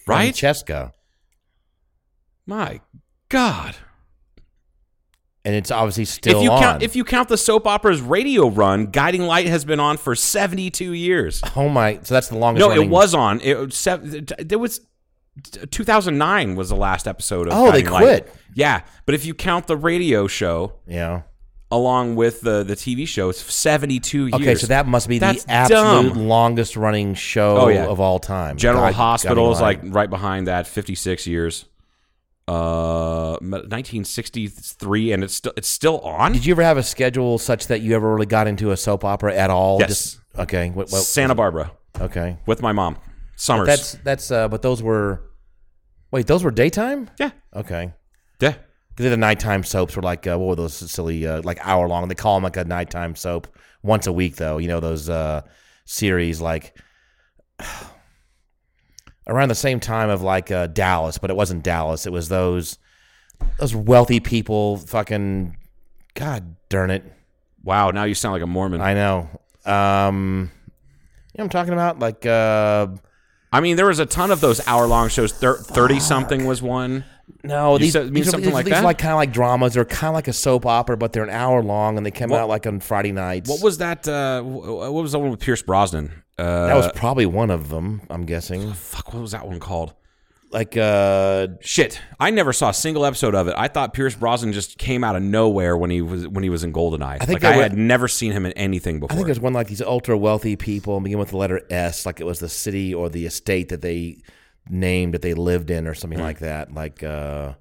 S5: right.
S4: Francesca,
S5: My God!
S4: and it's obviously still
S5: if you
S4: on.
S5: count if you count the soap opera's radio run, Guiding Light has been on for seventy-two years.
S4: oh my, so that's the longest.
S5: no, it
S4: running-
S5: was on. It was sev- there was 2009 was the last episode of
S4: Oh, they
S5: Guiding Light.
S4: quit.
S5: Yeah, but if you count the radio show
S4: Yeah.
S5: along with the the TV show, it's 72 years.
S4: Okay, so that must be
S5: That's
S4: the absolute
S5: dumb.
S4: longest running show
S5: Oh, yeah.
S4: of all time.
S5: General
S4: God-
S5: Hospital is
S4: God,
S5: like right behind that, 56 years. Uh, 1963, and it's still it's still on.
S4: Did you ever have a schedule such that you ever really got into a soap opera at all?
S5: Yes.
S4: okay. What, what-
S5: Santa Barbara
S4: Okay.
S5: with my mom, Summers.
S4: That's that's. Uh, but those were. Wait, those were daytime.
S5: yeah,
S4: Okay.
S5: yeah.
S4: Because the nighttime soaps were like uh, what were those silly uh, like hour long? They call them like a nighttime soap once a week though. You know those uh, series like around the same time of like uh, Dallas, but it wasn't Dallas. It was those those wealthy people. Fucking god darn it!
S5: Wow, now you sound like a Mormon. I,
S4: I know. Um, you know what I'm talking about like uh,
S5: mean, there was a ton of those hour long shows. Thirty something was one.
S4: no
S5: You
S4: these
S5: said- you mean
S4: these are-
S5: something
S4: these-
S5: like
S4: these are
S5: that?
S4: like kind of like dramas. They're kind of like a soap opera, but they're an hour long and they come
S5: What-
S4: out like on Friday nights.
S5: What was that? Uh, wh- what was the one with Pierce Brosnan? Uh,
S4: That was probably one of them, I'm guessing.
S5: fuck. What was that one called?
S4: Like uh
S5: Shit, I never saw a single episode of it. I thought Pierce Brosnan just came out of nowhere when he was when he was in Goldeneye. I
S4: think
S5: like,
S4: there
S5: I
S4: were-
S5: had never seen him in anything before.
S4: I think there's one like these ultra wealthy people and begin with the letter S, like it was the city or the estate that they named that they lived in or something like that. Like uh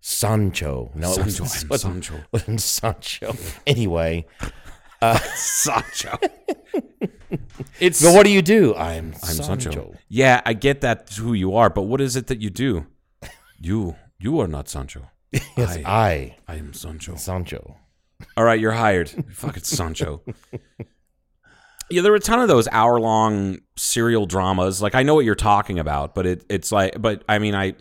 S4: Sancho. No,
S5: Sancho,
S4: it
S5: I'm
S4: was
S5: Sancho.
S4: Wasn't Sancho. Anyway.
S5: Sancho. it's
S4: But what do you do? I'm,
S5: I'm
S4: Sancho.
S5: Sancho. Yeah, I get that's who you are, but what is it that you do? You you are not Sancho.
S4: Yes, I,
S5: I am Sancho.
S4: Sancho.
S5: All right, you're hired. Fucking Sancho. Yeah, there were a ton of those hour long serial dramas. Like I know what you're talking about, but it it's like but I mean I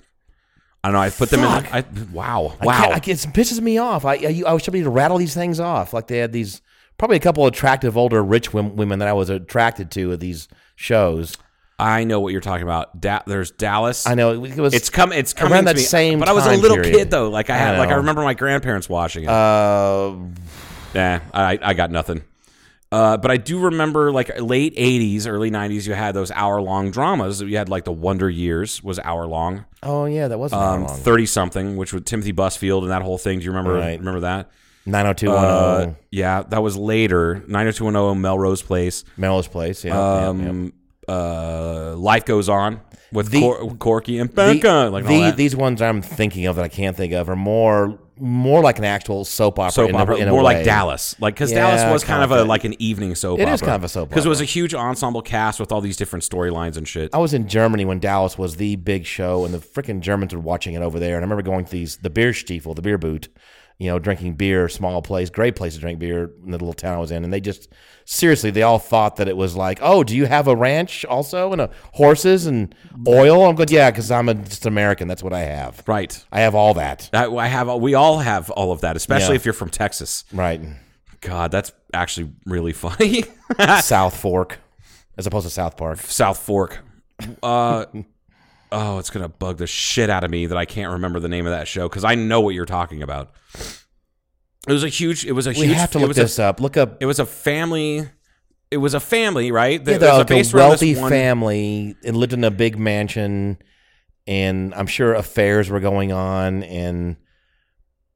S5: I don't know. I put them
S4: Fuck.
S5: in. The, I, wow.
S4: I
S5: Wow.
S4: can't- I, it pisses me off. I, I, you- I wish somebody to rattle these things off. Like they had these, probably a couple attractive older rich wom- women that I was attracted to at these shows.
S5: I know what you're talking about. Da- there's Dallas.
S4: I know it was.
S5: It's come. It's coming
S4: around
S5: to
S4: that
S5: me.
S4: same.
S5: But I was a
S4: time
S5: little
S4: period.
S5: kid though. Like I had. like I
S4: know.
S5: remember my grandparents watching it.
S4: Uh,
S5: nah. I I got nothing. Uh, but I do remember like late '80s, early '90s. You had those hour-long dramas. You had like the Wonder Years was hour-long,
S4: oh yeah, that wasn't
S5: um,
S4: that long.
S5: thirty-something, which with Timothy Busfield and that whole thing. Do you remember?
S4: Right.
S5: Remember that?
S4: Nine hundred two
S5: Uh,
S4: one oh,
S5: Yeah, that was later. 90210 Melrose Place.
S4: Melrose Place. Yeah, yeah, yeah.
S5: Um, uh, Life Goes On with
S4: The-
S5: Cor- Corky and
S4: The-
S5: Becca. like all
S4: the-
S5: that.
S4: these ones I'm thinking of that I can't think of are more more like an actual soap opera.
S5: soap
S4: in a-
S5: opera,
S4: in a
S5: more like
S4: way.
S5: Dallas, like because
S4: Yeah,
S5: Dallas was kind,
S4: kind
S5: of,
S4: of
S5: a
S4: a-
S5: like an evening soap.
S4: It
S5: opera.
S4: is kind of a soap
S5: because it was a
S4: opera.
S5: huge ensemble cast with all these different storylines and shit.
S4: I was in Germany when Dallas was the big show, and the freaking Germans were watching it over there. And I remember going to these the beer stiefel, the beer boot, you know, drinking beer, small place, great place to drink beer in the little town I was in. And they just seriously, they all thought that it was like, oh, do you have a ranch also and a horses and oil? I'm going, yeah, because I'm a, just American. That's what I have.
S5: right.
S4: I have all that.
S5: I, I have. We all have all of that,
S4: Yeah.
S5: especially if you're from Texas.
S4: Right,
S5: God, that's actually really funny. Ah.
S4: South Fork, as opposed to South Park.
S5: South Fork. Uh, oh, it's gonna bug the shit out of me that I can't remember the name of that show because I know what you're talking about. It was a huge. It was a
S4: We
S5: huge.
S4: have to
S5: it
S4: look
S5: was a-
S4: this up. Look up
S5: it was a family. It was a family, right? That
S4: Yeah,
S5: was
S4: the, the
S5: based around this
S4: wealthy
S5: one-
S4: family it lived in a big mansion, and I'm sure affairs were going on, and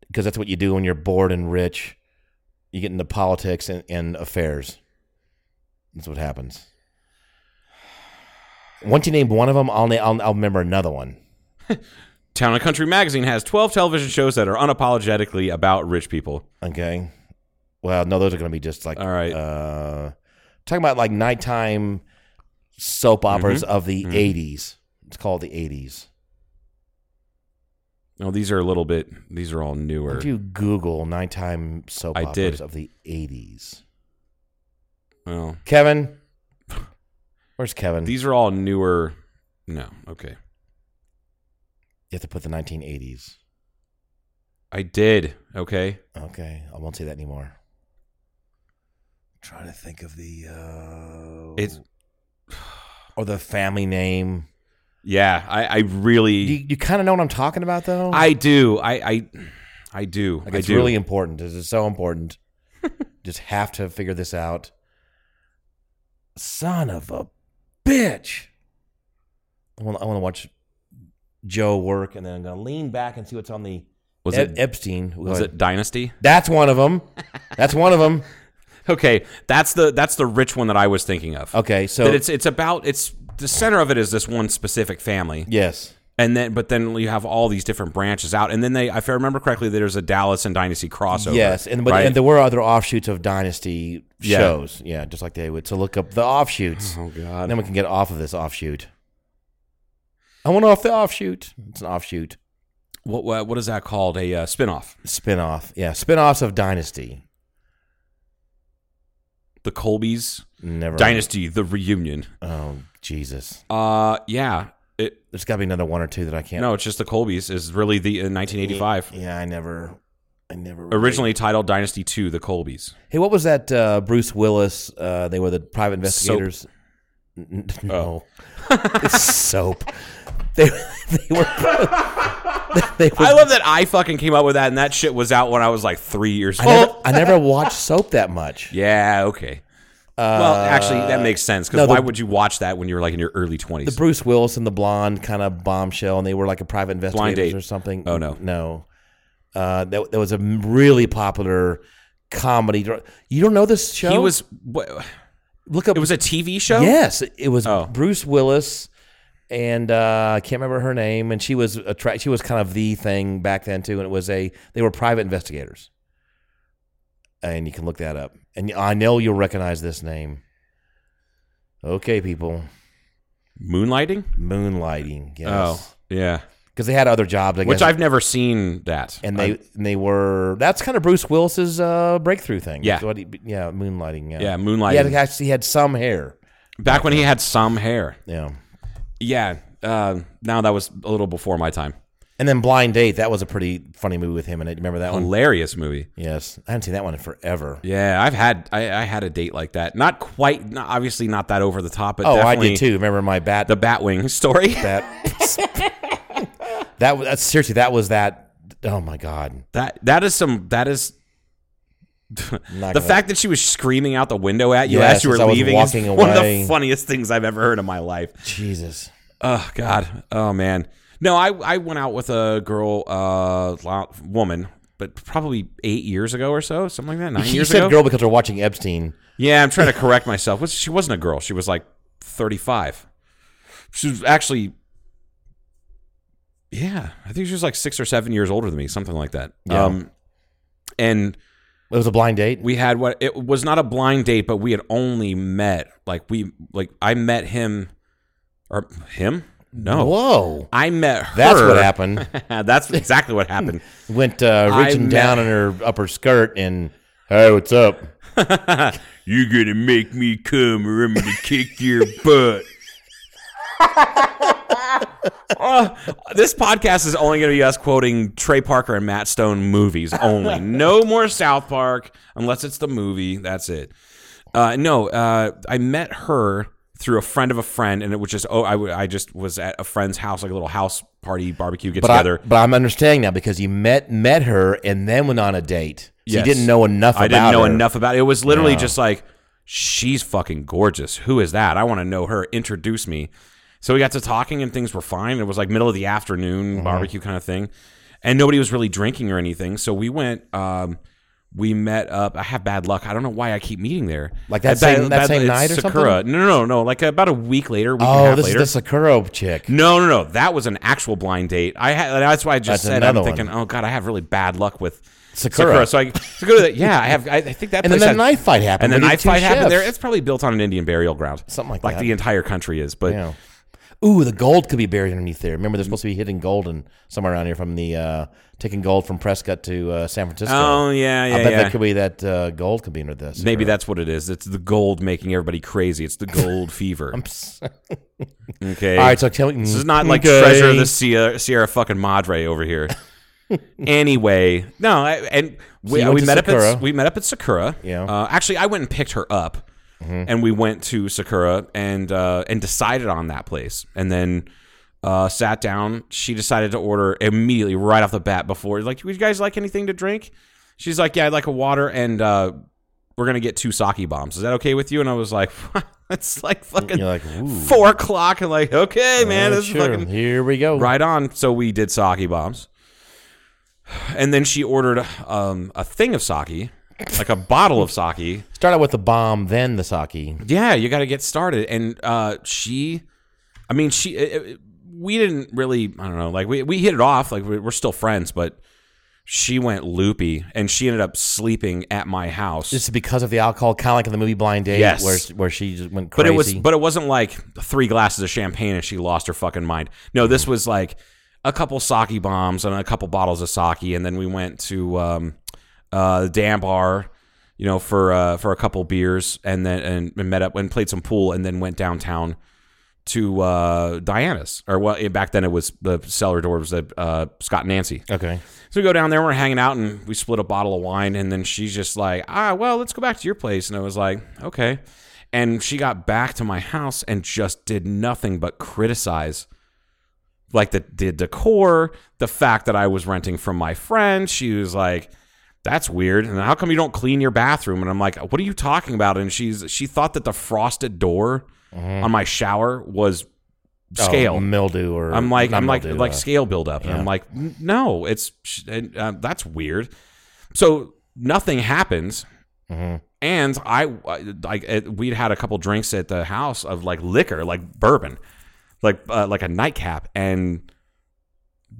S4: because that's what you do when you're bored and rich, you get into politics and, and affairs. That's what happens. Once you name one of them, I'll na- I'll, I'll remember another one.
S5: Town and Country Magazine has 12 television shows that are unapologetically about rich people.
S4: Okay. Well, no, those are going to be just like
S5: All right.
S4: Uh, talking about like nighttime soap
S5: Mm-hmm.
S4: operas of the '80s. It's called the '80s.
S5: No, Oh, these are a little bit, these are all newer.
S4: Did you Google nighttime soap
S5: I
S4: operas
S5: did.
S4: of the '80s?
S5: Well,
S4: Kevin, where's Kevin?
S5: these are all newer. No, okay.
S4: you have to put the 1980s.
S5: I did. Okay.
S4: Okay, I won't say that anymore. trying to think of the uh,
S5: It's,
S4: or the family name.
S5: yeah, I, I really,
S4: You, you kind of know what I'm talking about, though.
S5: I do. I, I, I do.
S4: Like
S5: I
S4: it's
S5: do.
S4: really important. This is so important. Just have to figure this out. Son of a bitch. I want, I want to watch Joe work, and then I'm going to lean back and see what's on the
S5: Was
S4: Ep-
S5: it-
S4: Epstein.
S5: was it Dynasty?
S4: That's one of them. That's one of them.
S5: Okay, that's the that's the rich one that I was thinking of.
S4: Okay, so
S5: That it's it's about it's the center of it is this one specific family.
S4: yes,
S5: and then but then you have all these different branches out and then they if i remember correctly there's a dallas and dynasty crossover
S4: yes, and but
S5: right?
S4: and there were other offshoots of Dynasty
S5: Yeah.
S4: shows. Yeah, just like they would. So look up the offshoots.
S5: oh god
S4: Then we can get off of this offshoot. I want off the offshoot. It's an offshoot.
S5: what, what what is that called a uh, spin-off
S4: Spinoff. Yeah, spinoffs of Dynasty.
S5: the colbys
S4: Never.
S5: dynasty the reunion
S4: Oh, Jesus.
S5: uh yeah it,
S4: There's got to be another one or two that I can't.
S5: no it's just the colbys is really the in 1985
S4: Yeah, I never. I never.
S5: originally titled dynasty 2 the colbys
S4: Hey, what was that uh, Bruce Willis? Uh, they were the private investigators. N- n- No. it's soap. They, they were. They, were
S5: i love that i fucking came up with that and that shit was out when i was like three years
S4: I never,
S5: old
S4: I never watched soap that much.
S5: yeah okay Uh, well, actually, that makes sense because
S4: no, the-
S5: why would you watch that when you were like in your early twenties?
S4: The Bruce Willis and the blonde kind of bombshell, and they were like a private investigators
S5: Date.
S4: or something.
S5: Oh, no.
S4: no. Uh, that that was a really popular comedy. dr- You don't know this show?
S5: he was. What,
S4: look up.
S5: It was a TV show.
S4: Yes, it was
S5: Oh.
S4: Bruce Willis, and uh, I can't remember her name. And she was attract. She was kind of the thing back then too. And it was a they were private investigators, and you can look that up. And I know you'll recognize this name. Okay, people,
S5: Moonlighting.
S4: moonlighting. Yes.
S5: Oh, yeah.
S4: because they had other jobs, I guess.
S5: Which I've never seen that.
S4: and they
S5: I-
S4: and they were that's kind of Bruce Willis's uh, breakthrough thing.
S5: Yeah.
S4: That's what he- yeah, moonlighting. Yeah,
S5: yeah,
S4: He had,
S5: Moonlighting.
S4: actually had some hair.
S5: Back when he had some hair. um,
S4: Yeah,
S5: Yeah. Uh, now that was a little before my time.
S4: And then Blind Date, that was a pretty funny movie with him in it. Remember
S5: Mm.
S4: that one?
S5: Hilarious movie.
S4: Yes, I haven't seen that one in forever.
S5: Yeah, I've had I, I had a date like that. Not quite, not, obviously not that over the top, but
S4: oh, I
S5: definitely
S4: did too. Remember my bat?
S5: The Batwing story.
S4: that that was seriously that was that. Oh my god!
S5: That that is some that is
S4: Not
S5: the
S4: gonna-
S5: fact that she was screaming out the window at you
S4: Yes,
S5: as you were
S4: as I was
S5: leaving is
S4: walking
S5: one of the
S4: away.
S5: funniest things I've ever heard in my life.
S4: Jesus.
S5: Oh God. Oh man. No, I I went out with a girl, uh, lo- woman, but probably eight years ago or so, something like that. Nine
S4: You
S5: years
S4: said
S5: ago.
S4: girl because we're watching Epstein.
S5: Yeah, I'm trying to correct myself. Was- She wasn't a girl. She was like 35. She was actually, yeah, I think she was like six or seven years older than me, something like that.
S4: Yeah.
S5: Um, and
S4: It was a blind date.
S5: we had what it was not a blind date, but we had only met like we like I met him or him? No,
S4: Whoa,
S5: I met her.
S4: that's what happened.
S5: That's exactly what happened.
S4: Went uh,
S5: I
S4: reaching
S5: met-
S4: down in her upper skirt and hey, what's up?
S5: You're gonna make me come, or I'm gonna kick your butt. Uh, this podcast is only going to be us quoting Trey Parker and Matt Stone movies only. No more South Park unless it's the movie. That's it. Uh, no, uh, I met her through a friend of a friend, and it was just oh, I, w- I just was at a friend's house, like a little house party barbecue get
S4: But
S5: together.
S4: I, but I'm understanding now because you met met her and then went on a date. So
S5: Yes.
S4: You didn't know enough.
S5: I didn't
S4: about
S5: know
S4: her.
S5: enough about it. It was literally just like, she's fucking gorgeous. Who is that? I want to know her. Introduce me. So we got to talking and things were fine. It was like middle of the afternoon
S4: Mm-hmm.
S5: barbecue kind of thing, and nobody was really drinking or anything. So we went. Um, we met up. I have bad luck. I don't know why I keep meeting there.
S4: Like that
S5: Uh, bad-
S4: same- that
S5: bad-
S4: same
S5: it's
S4: night or
S5: Sakura.
S4: something?
S5: No, no, no, no. Like about a week later. Week and a
S4: Oh,
S5: half
S4: this
S5: later. Mm.
S4: is the Sakura chick.
S5: No, no, no. That was an actual blind date. I had, that's why I just
S4: That's
S5: said I'm
S4: another
S5: thinking, oh god, I have really bad luck with
S4: Sakura.
S5: Sakura. So I to go to that. Yeah, I have. I, I think that.
S4: And then
S5: place
S4: the
S5: had-
S4: knife fight happened.
S5: And the
S4: We did
S5: knife
S4: two
S5: fight happened there.
S4: shifts.
S5: It's probably built on an Indian burial ground,
S4: Something like
S5: like
S4: that.
S5: the entire country is. But
S4: Yeah. Ooh, the gold could be buried underneath there. Remember, they're supposed to be hitting gold and somewhere around here from the uh, taking gold from Prescott to uh, San Francisco.
S5: Oh, yeah, yeah,
S4: I bet
S5: yeah.
S4: that could be that uh, gold could be under this.
S5: maybe that's what it is. It's the gold making everybody crazy. It's the gold fever. Okay.
S4: All right, so tell me.
S5: This is not like treasure of the Sierra, Sierra fucking Madre over here. anyway, no, I, and we, uh,
S4: you went
S5: we
S4: to
S5: met up
S4: Sakura.
S5: at we met up at Sakura.
S4: Yeah. Mm-hmm.
S5: Uh, actually, I went and picked her up, and we went to Sakura and uh, and decided on that place, and then. Uh, sat down. She decided to order immediately, right off the bat. Before, like, would you guys like anything to drink? She's like, yeah, I'd like a water, and uh, we're gonna get two sake bombs. Is that okay with you? And I was like, it's like fucking
S4: You're like, "Ooh."
S5: four o'clock. And like, okay, man,
S4: Uh,
S5: this
S4: sure.
S5: is fucking
S4: Here we go.
S5: right on. So we did sake bombs, and then she ordered um, a thing of sake, like a bottle of sake.
S4: Start out with the bomb, then the sake.
S5: Yeah, you got to get started. And uh, she, I mean, she, it, it- we didn't really, I don't know, like we we hit it off, like we- we're still friends, but she went loopy, and she ended up sleeping at my house.
S4: This is because of the alcohol, kind of like in the movie Blind Date,
S5: Yes.
S4: where where she just went
S5: But
S4: crazy.
S5: it was but it wasn't like three glasses of champagne and she lost her fucking mind. No, this was like a couple sake bombs and a couple bottles of sake, and then we went to um, uh, the dam bar, you know, for uh, for a couple beers, and then and, and met up and played some pool, and then went downtown to uh, Diana's, or well, back then it was the cellar door was the uh, Scott and Nancy.
S4: okay.
S5: So we go down there, we're hanging out, and we split a bottle of wine. And then she's just like, ah, well, let's go back to your place. And I was like, okay. And she got back to my house and just did nothing but criticize like the, the decor, the fact that I was renting from my friend. She was like, that's weird. And how come you don't clean your bathroom? And I'm like, what are you talking about? And she's she thought that the frosted door on my shower was
S4: Oh,
S5: scale.
S4: mildew, or
S5: I'm like
S4: not
S5: I'm like
S4: mildew,
S5: like
S4: uh,
S5: scale buildup. And I'm like "N- no, it's sh- and, uh, that's weird. So nothing happens, and I I- like it- we'd had a couple drinks at the house of like liquor, like bourbon, like uh, like a nightcap, and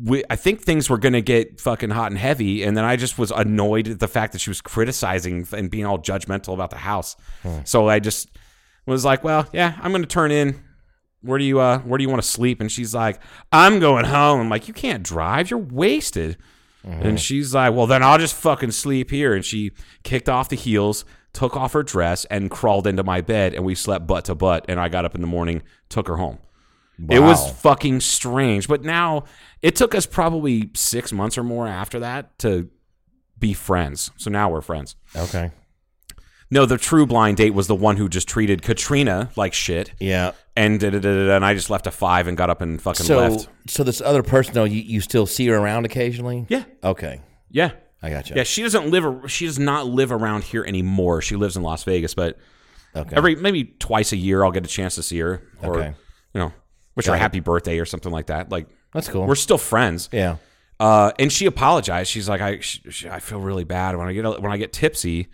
S5: we I think things were gonna get fucking hot and heavy, and then I just was annoyed at the fact that she was criticizing and being all judgmental about the house. So I just was like, well, yeah, I'm gonna turn in where do you uh where do you want to sleep and she's like i'm going home i'm like you can't drive you're wasted and she's like well then i'll just fucking sleep here and she kicked off the heels took off her dress and crawled into my bed and we slept butt to butt and i got up in the morning took her home It was
S4: Wow.
S5: fucking strange. But now it took us probably six months or more after that to be friends. So now we're friends.
S4: Okay.
S5: No, the true blind date was the one who just treated Katrina like shit.
S4: Yeah.
S5: And da, da, da, da, da, and I just left a five and got up and fucking
S4: So
S5: left.
S4: so this other person though, you, you still see her around occasionally?
S5: Yeah.
S4: Okay.
S5: Yeah.
S4: I gotcha.
S5: Yeah, she doesn't live. ar- She does not live around here anymore. She lives in Las Vegas, but
S4: Okay.
S5: every maybe twice a year I'll get a chance to see her, or
S4: Okay.
S5: you know, wish her a happy birthday or something like that. Like
S4: That's cool.
S5: we're still friends.
S4: yeah.
S5: Uh, and she apologized. She's like, I, she, she- I feel really bad when I get when I get tipsy.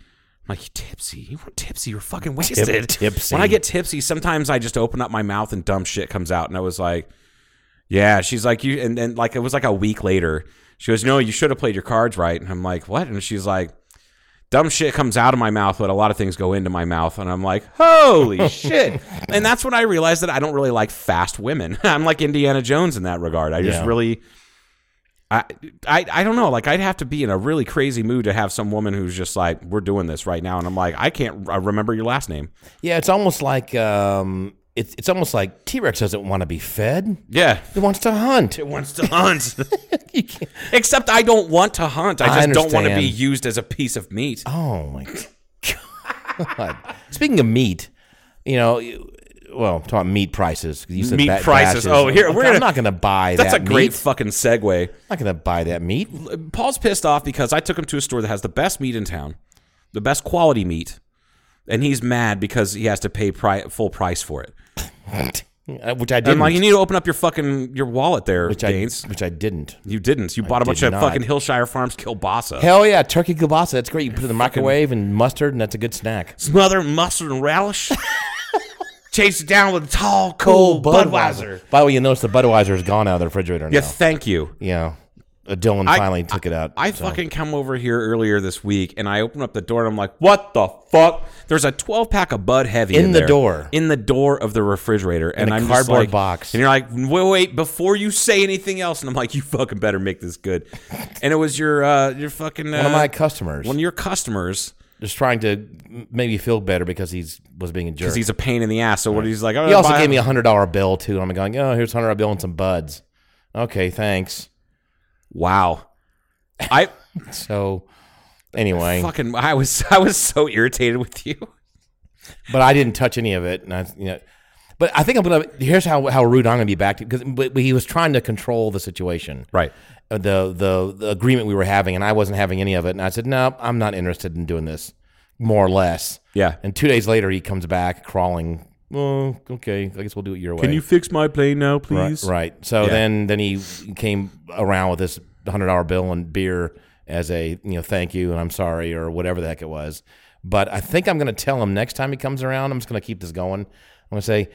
S5: I'm like, tipsy? You weren't tipsy? You're fucking wasted.
S4: tipsy.
S5: When I get tipsy, sometimes I just open up my mouth and dumb shit comes out. And I was like, yeah. She's like, you. And then like it was like a week later. She goes, no, you should have played your cards right. And I'm like, what? And she's like, dumb shit comes out of my mouth, but a lot of things go into my mouth. And I'm like, holy shit. And that's when I realized that I don't really like fast women. I'm like Indiana Jones in that regard. I just
S4: Yeah.
S5: really. I, I I don't know. Like I'd have to be in a really crazy mood to have some woman who's just like, "We're doing this right now," and I'm like, "I can't r- remember your last name."
S4: Yeah, it's almost like um it's it's almost like T Rex doesn't want to be fed.
S5: Yeah,
S4: He wants to hunt.
S5: wants to hunt. Except I don't want to hunt. I
S4: I
S5: just don't want to be
S4: understand.
S5: used as a piece of meat.
S4: Oh my god! Speaking of meat, you know, you- well, talking about meat prices. 'cause You said
S5: Meat
S4: ba-
S5: prices.
S4: batches.
S5: Oh, here,
S4: I'm
S5: we're
S4: not-
S5: gonna-
S4: I'm not going to buy
S5: That's
S4: that
S5: a great
S4: meat.
S5: fucking segue.
S4: I'm not going to buy that meat.
S5: Paul's pissed off because I took him to a store that has the best meat in town, the best quality meat, and he's mad because he has to pay pri- full price for it.
S4: Uh, which I
S5: I'm
S4: didn't.
S5: like, you need to open up your fucking your wallet there,
S4: which I
S5: Danes.
S4: which I didn't.
S5: you didn't. You bought a
S4: did
S5: bunch of
S4: not.
S5: fucking Hillshire Farms kielbasa.
S4: Hell yeah, turkey kielbasa. That's great. You put it in the microwave and mustard, and that's a good snack.
S5: smother mustard and relish. Chase it down with tall, cold Budweiser.
S4: By the way, you notice the Budweiser is gone out of the refrigerator now.
S5: Yeah, thank you.
S4: Yeah. Uh, Dylan
S5: I-
S4: finally took it out.
S5: I
S4: so.
S5: fucking come over here earlier this week and I open up the door and I'm like, what the fuck? There's a 12 pack of Bud Heavy
S4: In the
S5: there.
S4: door.
S5: in the door of the refrigerator, and
S4: a
S5: I'm just
S4: cardboard
S5: like-
S4: box.
S5: And you're like, wait, wait, before you say anything else, and I'm like, you fucking better make this good. And it was your uh, your fucking uh,
S4: one of my customers
S5: one of your customers
S4: just trying to m- maybe feel better because he's was being a jerk.
S5: because he's a pain in the ass. So what he's like, oh,
S4: He also
S5: buy-
S4: gave me a hundred dollar bill too. I'm going, oh, here's a hundred dollar bill and some buds. Okay, thanks.
S5: wow. I
S4: So anyway,
S5: fucking I was I was so irritated with you.
S4: but I didn't touch any of it, and I, you know, but I think I'm gonna. Here's how how rude I'm gonna be back to because but, but he was trying to control the situation,
S5: Right.
S4: Uh, The the the agreement we were having, and I wasn't having any of it, and I said, no, I'm not interested in doing this, more or less.
S5: Yeah.
S4: And two days later, he comes back crawling. Oh, okay. I guess we'll do it your way.
S5: fix my plane now, please?
S4: Right. So
S5: Yeah.
S4: then then he came around with this hundred dollar bill and beer as a you know thank you and I'm sorry or whatever the heck it was. But I think I'm going to tell him next time he comes around. I'm just going to keep this going. I'm going to say,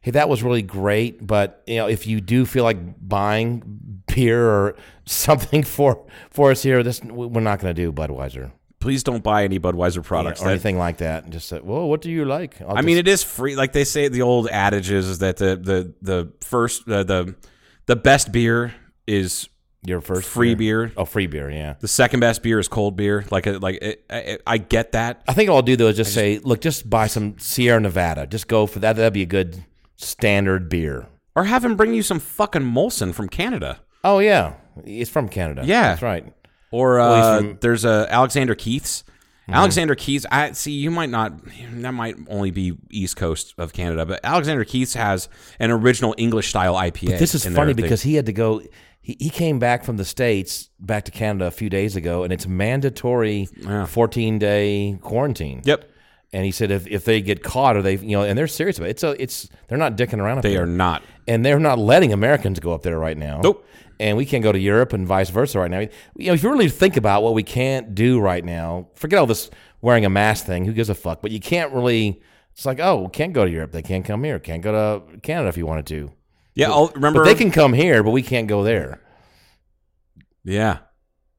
S4: hey, that was really great, but you know if you do feel like buying beer or something for for us here, this we're not going to do Budweiser
S5: Please don't buy any Budweiser products.
S4: or
S5: That-
S4: anything like that. And just say, whoa, what do you like? I'll
S5: I mean, it is free. Like they say, the old adage is, is that the the the first uh, the the best beer is
S4: your first
S5: free beer.
S4: Oh, free beer, yeah.
S5: The second best beer is cold beer. Like a, like it, I, I get that.
S4: I think all I'll do though is just, say, look, just buy some Sierra Nevada. Just go for that. That'd be a good standard beer.
S5: Or have him bring you some fucking Molson from Canada.
S4: Oh yeah, it's from Canada.
S5: Yeah.
S4: that's right.
S5: Or
S4: Well,
S5: uh,
S4: he's from- Mm-hmm.
S5: there's uh, Alexander Keith's. Alexander Keith's. I see. You might not. That might only be East Coast of Canada, but Alexander Keith's has an original English style IPA.
S4: This is
S5: in their
S4: funny
S5: thing.
S4: because he had to go. He, he came back from the states back to Canada a few days ago, and it's mandatory fourteen day quarantine.
S5: Yep.
S4: And he said if, if they get caught or they you know and they're serious about it, it's a it's they're not dicking around. Up
S5: They
S4: there.
S5: are not.
S4: and they're not letting Americans go up there right now.
S5: Nope.
S4: And we can't go to Europe and vice versa right now. You know, if you really think about what we can't do right now, forget all this wearing a mask thing. Who gives a fuck? But you can't really. It's like, oh, can't go to Europe. They can't come here. Can't go to Canada if you wanted to.
S5: Yeah. I'll, remember.
S4: But they can come here, but we can't go there.
S5: Yeah.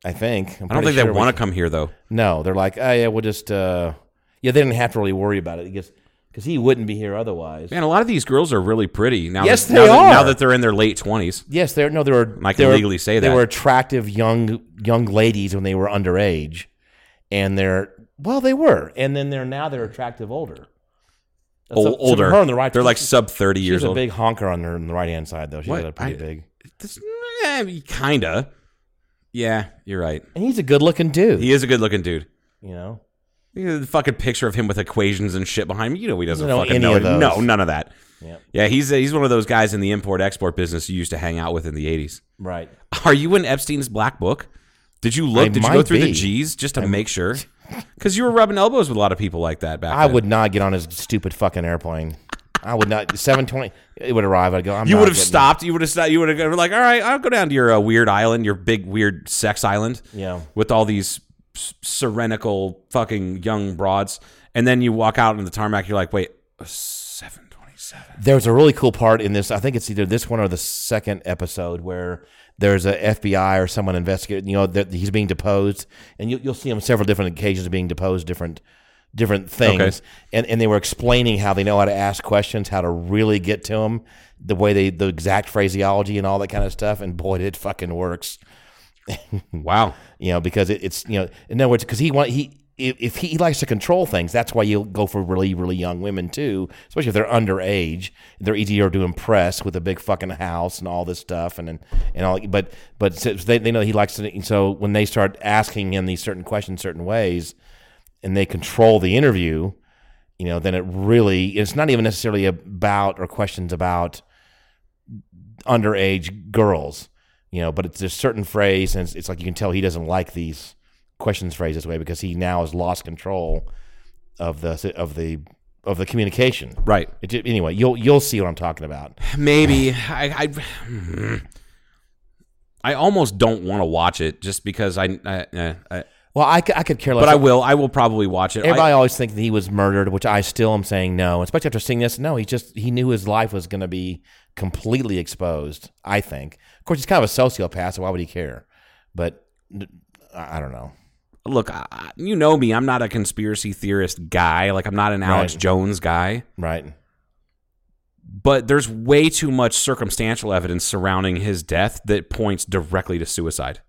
S4: I think. I'm
S5: I don't
S4: pretty
S5: think
S4: sure
S5: they
S4: we
S5: want
S4: can-
S5: to come here though.
S4: No, they're like, oh yeah, we'll just. Uh, yeah, they didn't have to really worry about it because because he wouldn't be here otherwise.
S5: Man, a lot of these girls are really pretty now.
S4: Yes,
S5: that,
S4: they
S5: now That, now
S4: are.
S5: that they're in their late twenties.
S4: Yes, they're no, they were.
S5: I can
S4: they were-
S5: legally say
S4: they
S5: that.
S4: were attractive young young ladies when they were underage, and they're well, they were, and then they're now they're attractive older.
S5: Ol-
S4: So- so
S5: older.
S4: her on the right-
S5: They're like sub thirty
S4: She's
S5: years
S4: a
S5: old.
S4: big honker on her on the right hand side though. She's
S5: What?
S4: got a pretty
S5: I-
S4: big.
S5: This- eh, kinda. Yeah, you're right.
S4: And he's a good looking dude.
S5: He is a good looking dude.
S4: you know.
S5: You know, The fucking picture of him with equations and shit behind him. You know he doesn't
S4: You know
S5: fucking
S4: any
S5: know
S4: of
S5: it. No,
S4: those.
S5: none of that.
S4: Yep.
S5: Yeah, he's he's one of those guys in the import export business you used to hang out with in the eighties.
S4: Right.
S5: Are you in Epstein's black book? Did you look?
S4: I
S5: Did you go
S4: might
S5: through the
S4: be.
S5: G's just to make sure? Because you were rubbing elbows with a lot of people like that back.
S4: I
S5: then.
S4: would not get on his stupid fucking airplane. I would not. Seven twenty. It would arrive. I'd go. I'm
S5: You
S4: not
S5: would have
S4: getting-
S5: stopped. You would have stopped. You would have been like, all right, I'll go down to your uh, weird island, your big weird sex island.
S4: Yeah.
S5: With all these s- serenical fucking young broads, and then you walk out on the tarmac. You're like, wait, seven twenty-seven.
S4: There's a really cool part in this. I think it's either this one or the second episode where there's a FBI or someone investigating. You know, that he's being deposed, and you, you'll see him several different occasions being deposed, different different things. And and they were explaining how they know how to ask questions, how to really get to him, the way they the exact phraseology and all that kind of stuff. And boy, it fucking works.
S5: Wow.
S4: you know, because it, it's you know, in other words, because he want he if, if he, he likes to control things, that's why you'll go for really really young women too, especially if they're underage. They're easier to impress with a big fucking house and all this stuff and and, and all. But but since they they know he likes to, and so when they start asking him these certain questions, certain ways, and they control the interview, you know, then it really it's not even necessarily about or questions about underage girls, you know, but it's a certain phrase, and it's, it's like you can tell he doesn't like these questions phrased this way because he now has lost control of the of the of the communication.
S5: Right.
S4: It, ju- anyway, you'll you'll see what I'm talking about.
S5: Maybe I. I I almost don't want to watch it just because I, I, eh, I
S4: Well, I, c- I could care less.
S5: but I will I will probably watch it. I-
S4: Everybody always thinks that he was murdered, which I still am saying no, especially after seeing this. No, he just he knew his life was going to be completely exposed. I think. Of course, he's kind of a sociopath, so why would he care? But n- I I don't know.
S5: look, I- I, you know me. I'm not a conspiracy theorist guy. Like I'm not an Alex
S4: Right.
S5: Jones guy.
S4: Right.
S5: But there's way too much circumstantial evidence surrounding his death that points directly to suicide.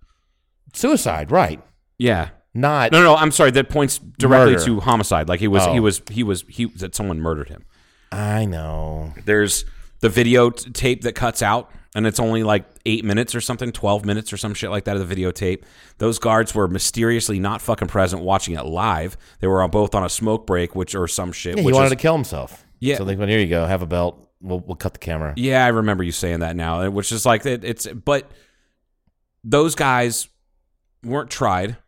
S4: Suicide. Right.
S5: Yeah.
S4: Not.
S5: No, no, no, I'm sorry. That points directly
S4: Murder.
S5: to homicide. Like he was, he
S4: Oh.
S5: was, he was, he that someone murdered him.
S4: I know.
S5: There's the video t- tape that cuts out, and it's only like eight minutes or something, twelve minutes or some shit like that of the videotape. Those guards were mysteriously not fucking present watching it live. They were on both on a smoke break, which or some shit.
S4: Yeah, he
S5: which
S4: wanted
S5: is-
S4: to kill himself.
S5: Yeah.
S4: So they went, here you go, have a belt. We'll, we'll cut the camera.
S5: Yeah, I remember you saying that now, uh, which is like it, it's but those guys weren't tried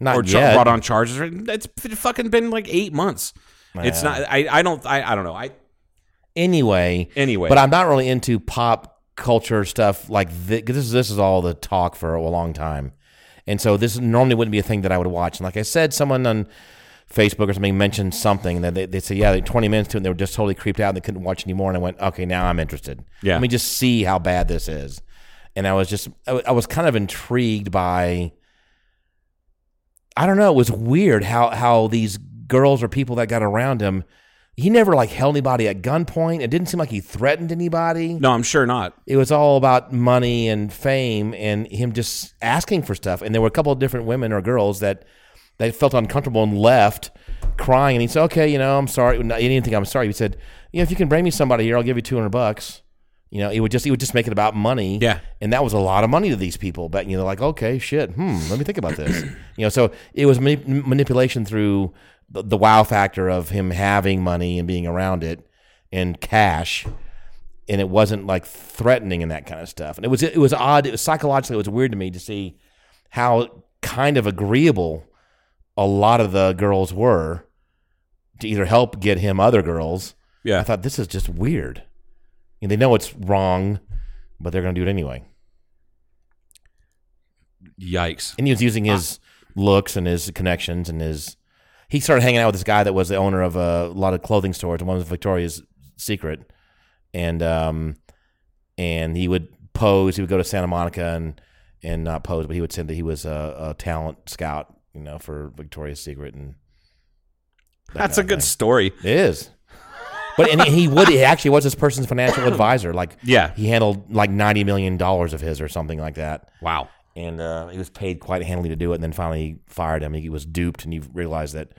S4: Not
S5: or cha-
S4: yet.
S5: brought on charges. It's f- fucking been like eight months. It's
S4: Yeah.
S5: not. I, I don't. I, I don't know. I
S4: Anyway.
S5: Anyway.
S4: But I'm not really into pop culture stuff like this. This is, this is all the talk for a long time. And so this normally wouldn't be a thing that I would watch. And like I said, someone on Facebook or something mentioned something that they, they said, yeah, they 20 minutes to it and they were just totally creeped out and they couldn't watch anymore. And I went, okay, now I'm interested.
S5: Yeah.
S4: Let me just see how bad this is. And I was just, I wa- I was kind of intrigued by, I don't know, it was weird how, how these girls or people that got around him, he never like held anybody at gunpoint. It didn't seem like he threatened anybody
S5: no, I'm sure not.
S4: it was all about money and fame and him just asking for stuff. And there were a couple of different women or girls that they felt uncomfortable and left crying. And he said, "Okay, you know, I'm sorry." No, He didn't think I'm sorry. He said, "You know, if you can bring me somebody here, I'll give you two hundred bucks." You know, he would just he would just make it about money.
S5: Yeah.
S4: and that was a lot of money to these people. But you know, like, okay, shit, hmm, let me think about this. you know, so it was ma- manipulation through the, the wow factor of him having money and being around it and cash and it wasn't like threatening and that kind of stuff. And it was it was odd. It was psychologically it was weird to me to see how kind of agreeable a lot of the girls were to either help get him other girls.
S5: Yeah.
S4: I thought this is just weird. And they know it's wrong, but they're going to do it anyway.
S5: Yikes.
S4: And he was using his looks and his connections and his. He started hanging out with this guy that was the owner of a lot of clothing stores, and one was Victoria's Secret, and um, and he would pose. He would go to Santa Monica and and not pose, but he would say that he was a, a talent scout, you know, for Victoria's Secret, and that
S5: That's a
S4: kind of
S5: good story.
S4: thing. It is. But and he would he actually was this person's financial advisor. Like
S5: Yeah.
S4: he handled like ninety million dollars of his or something like that
S5: Wow.
S4: and uh, he was paid quite handily to do it. And then finally, he fired him. He was duped, and he realized that.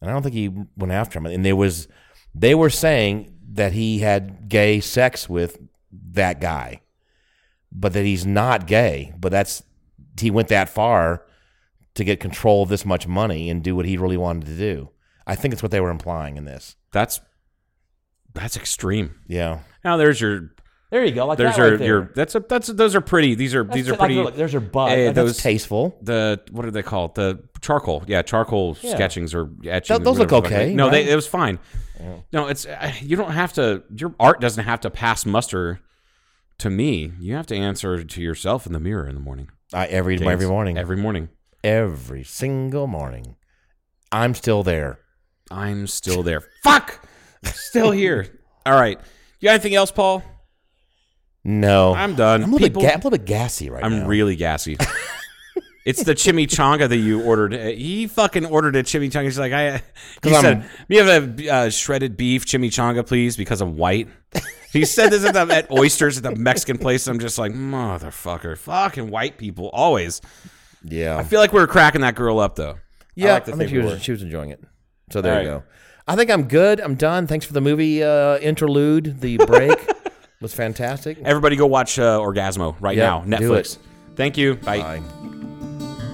S4: And I don't think he went after him. And there was They were saying that he had gay sex with that guy, but that he's not gay. But that's he went that far to get control of this much money and do what he really wanted to do. I think it's what they were implying in this.
S5: That's that's extreme.
S4: Yeah.
S5: Now there's your
S4: There you go. Like
S5: there's your, your that's a that's those are pretty. These are these are pretty.
S4: there's your butt.
S5: eh,
S4: those
S5: those
S4: tasteful.
S5: the what are they called? The charcoal. Yeah, charcoal
S4: Yeah.
S5: sketchings or etchings.
S4: Th- those look
S5: whatever the fuck.
S4: okay,
S5: No,
S4: right?
S5: they, it was fine. No, it's uh, you don't have to. Your art doesn't have to pass muster. To me, you have to answer to yourself in the mirror in the morning.
S4: I every
S5: James.
S4: every morning, every,
S5: Every morning.
S4: single morning, I'm still there.
S5: I'm still there. Fuck. Still here. All right. You got anything else, Paul?
S4: No,
S5: I'm done.
S4: Oh, I'm a little,
S5: People-
S4: bit, ga- I'm a little bit gassy right now.
S5: I'm really gassy. it's the chimichanga that you ordered. Uh, He fucking ordered a chimichanga. He's like, I. He
S4: 'Cause I'm-
S5: said, "We have a uh, shredded beef chimichanga, please, because I'm white." He said this at, the, at oysters at the Mexican place. I'm just like, motherfucker, fucking white people always.
S4: yeah,
S5: I feel like we were cracking that girl up though.
S4: yeah. I,
S5: like to
S4: think
S5: think
S4: she
S5: we
S4: was,
S5: were.
S4: she was enjoying it. So there you
S5: All right.
S4: go. I think I'm good. I'm done. Thanks for the movie uh, interlude. The break was fantastic.
S5: Everybody, go watch uh, Orgasmo right
S4: Yeah,
S5: now,
S4: do
S5: Netflix.
S4: it.
S5: Thank you. Bye.
S4: Bye.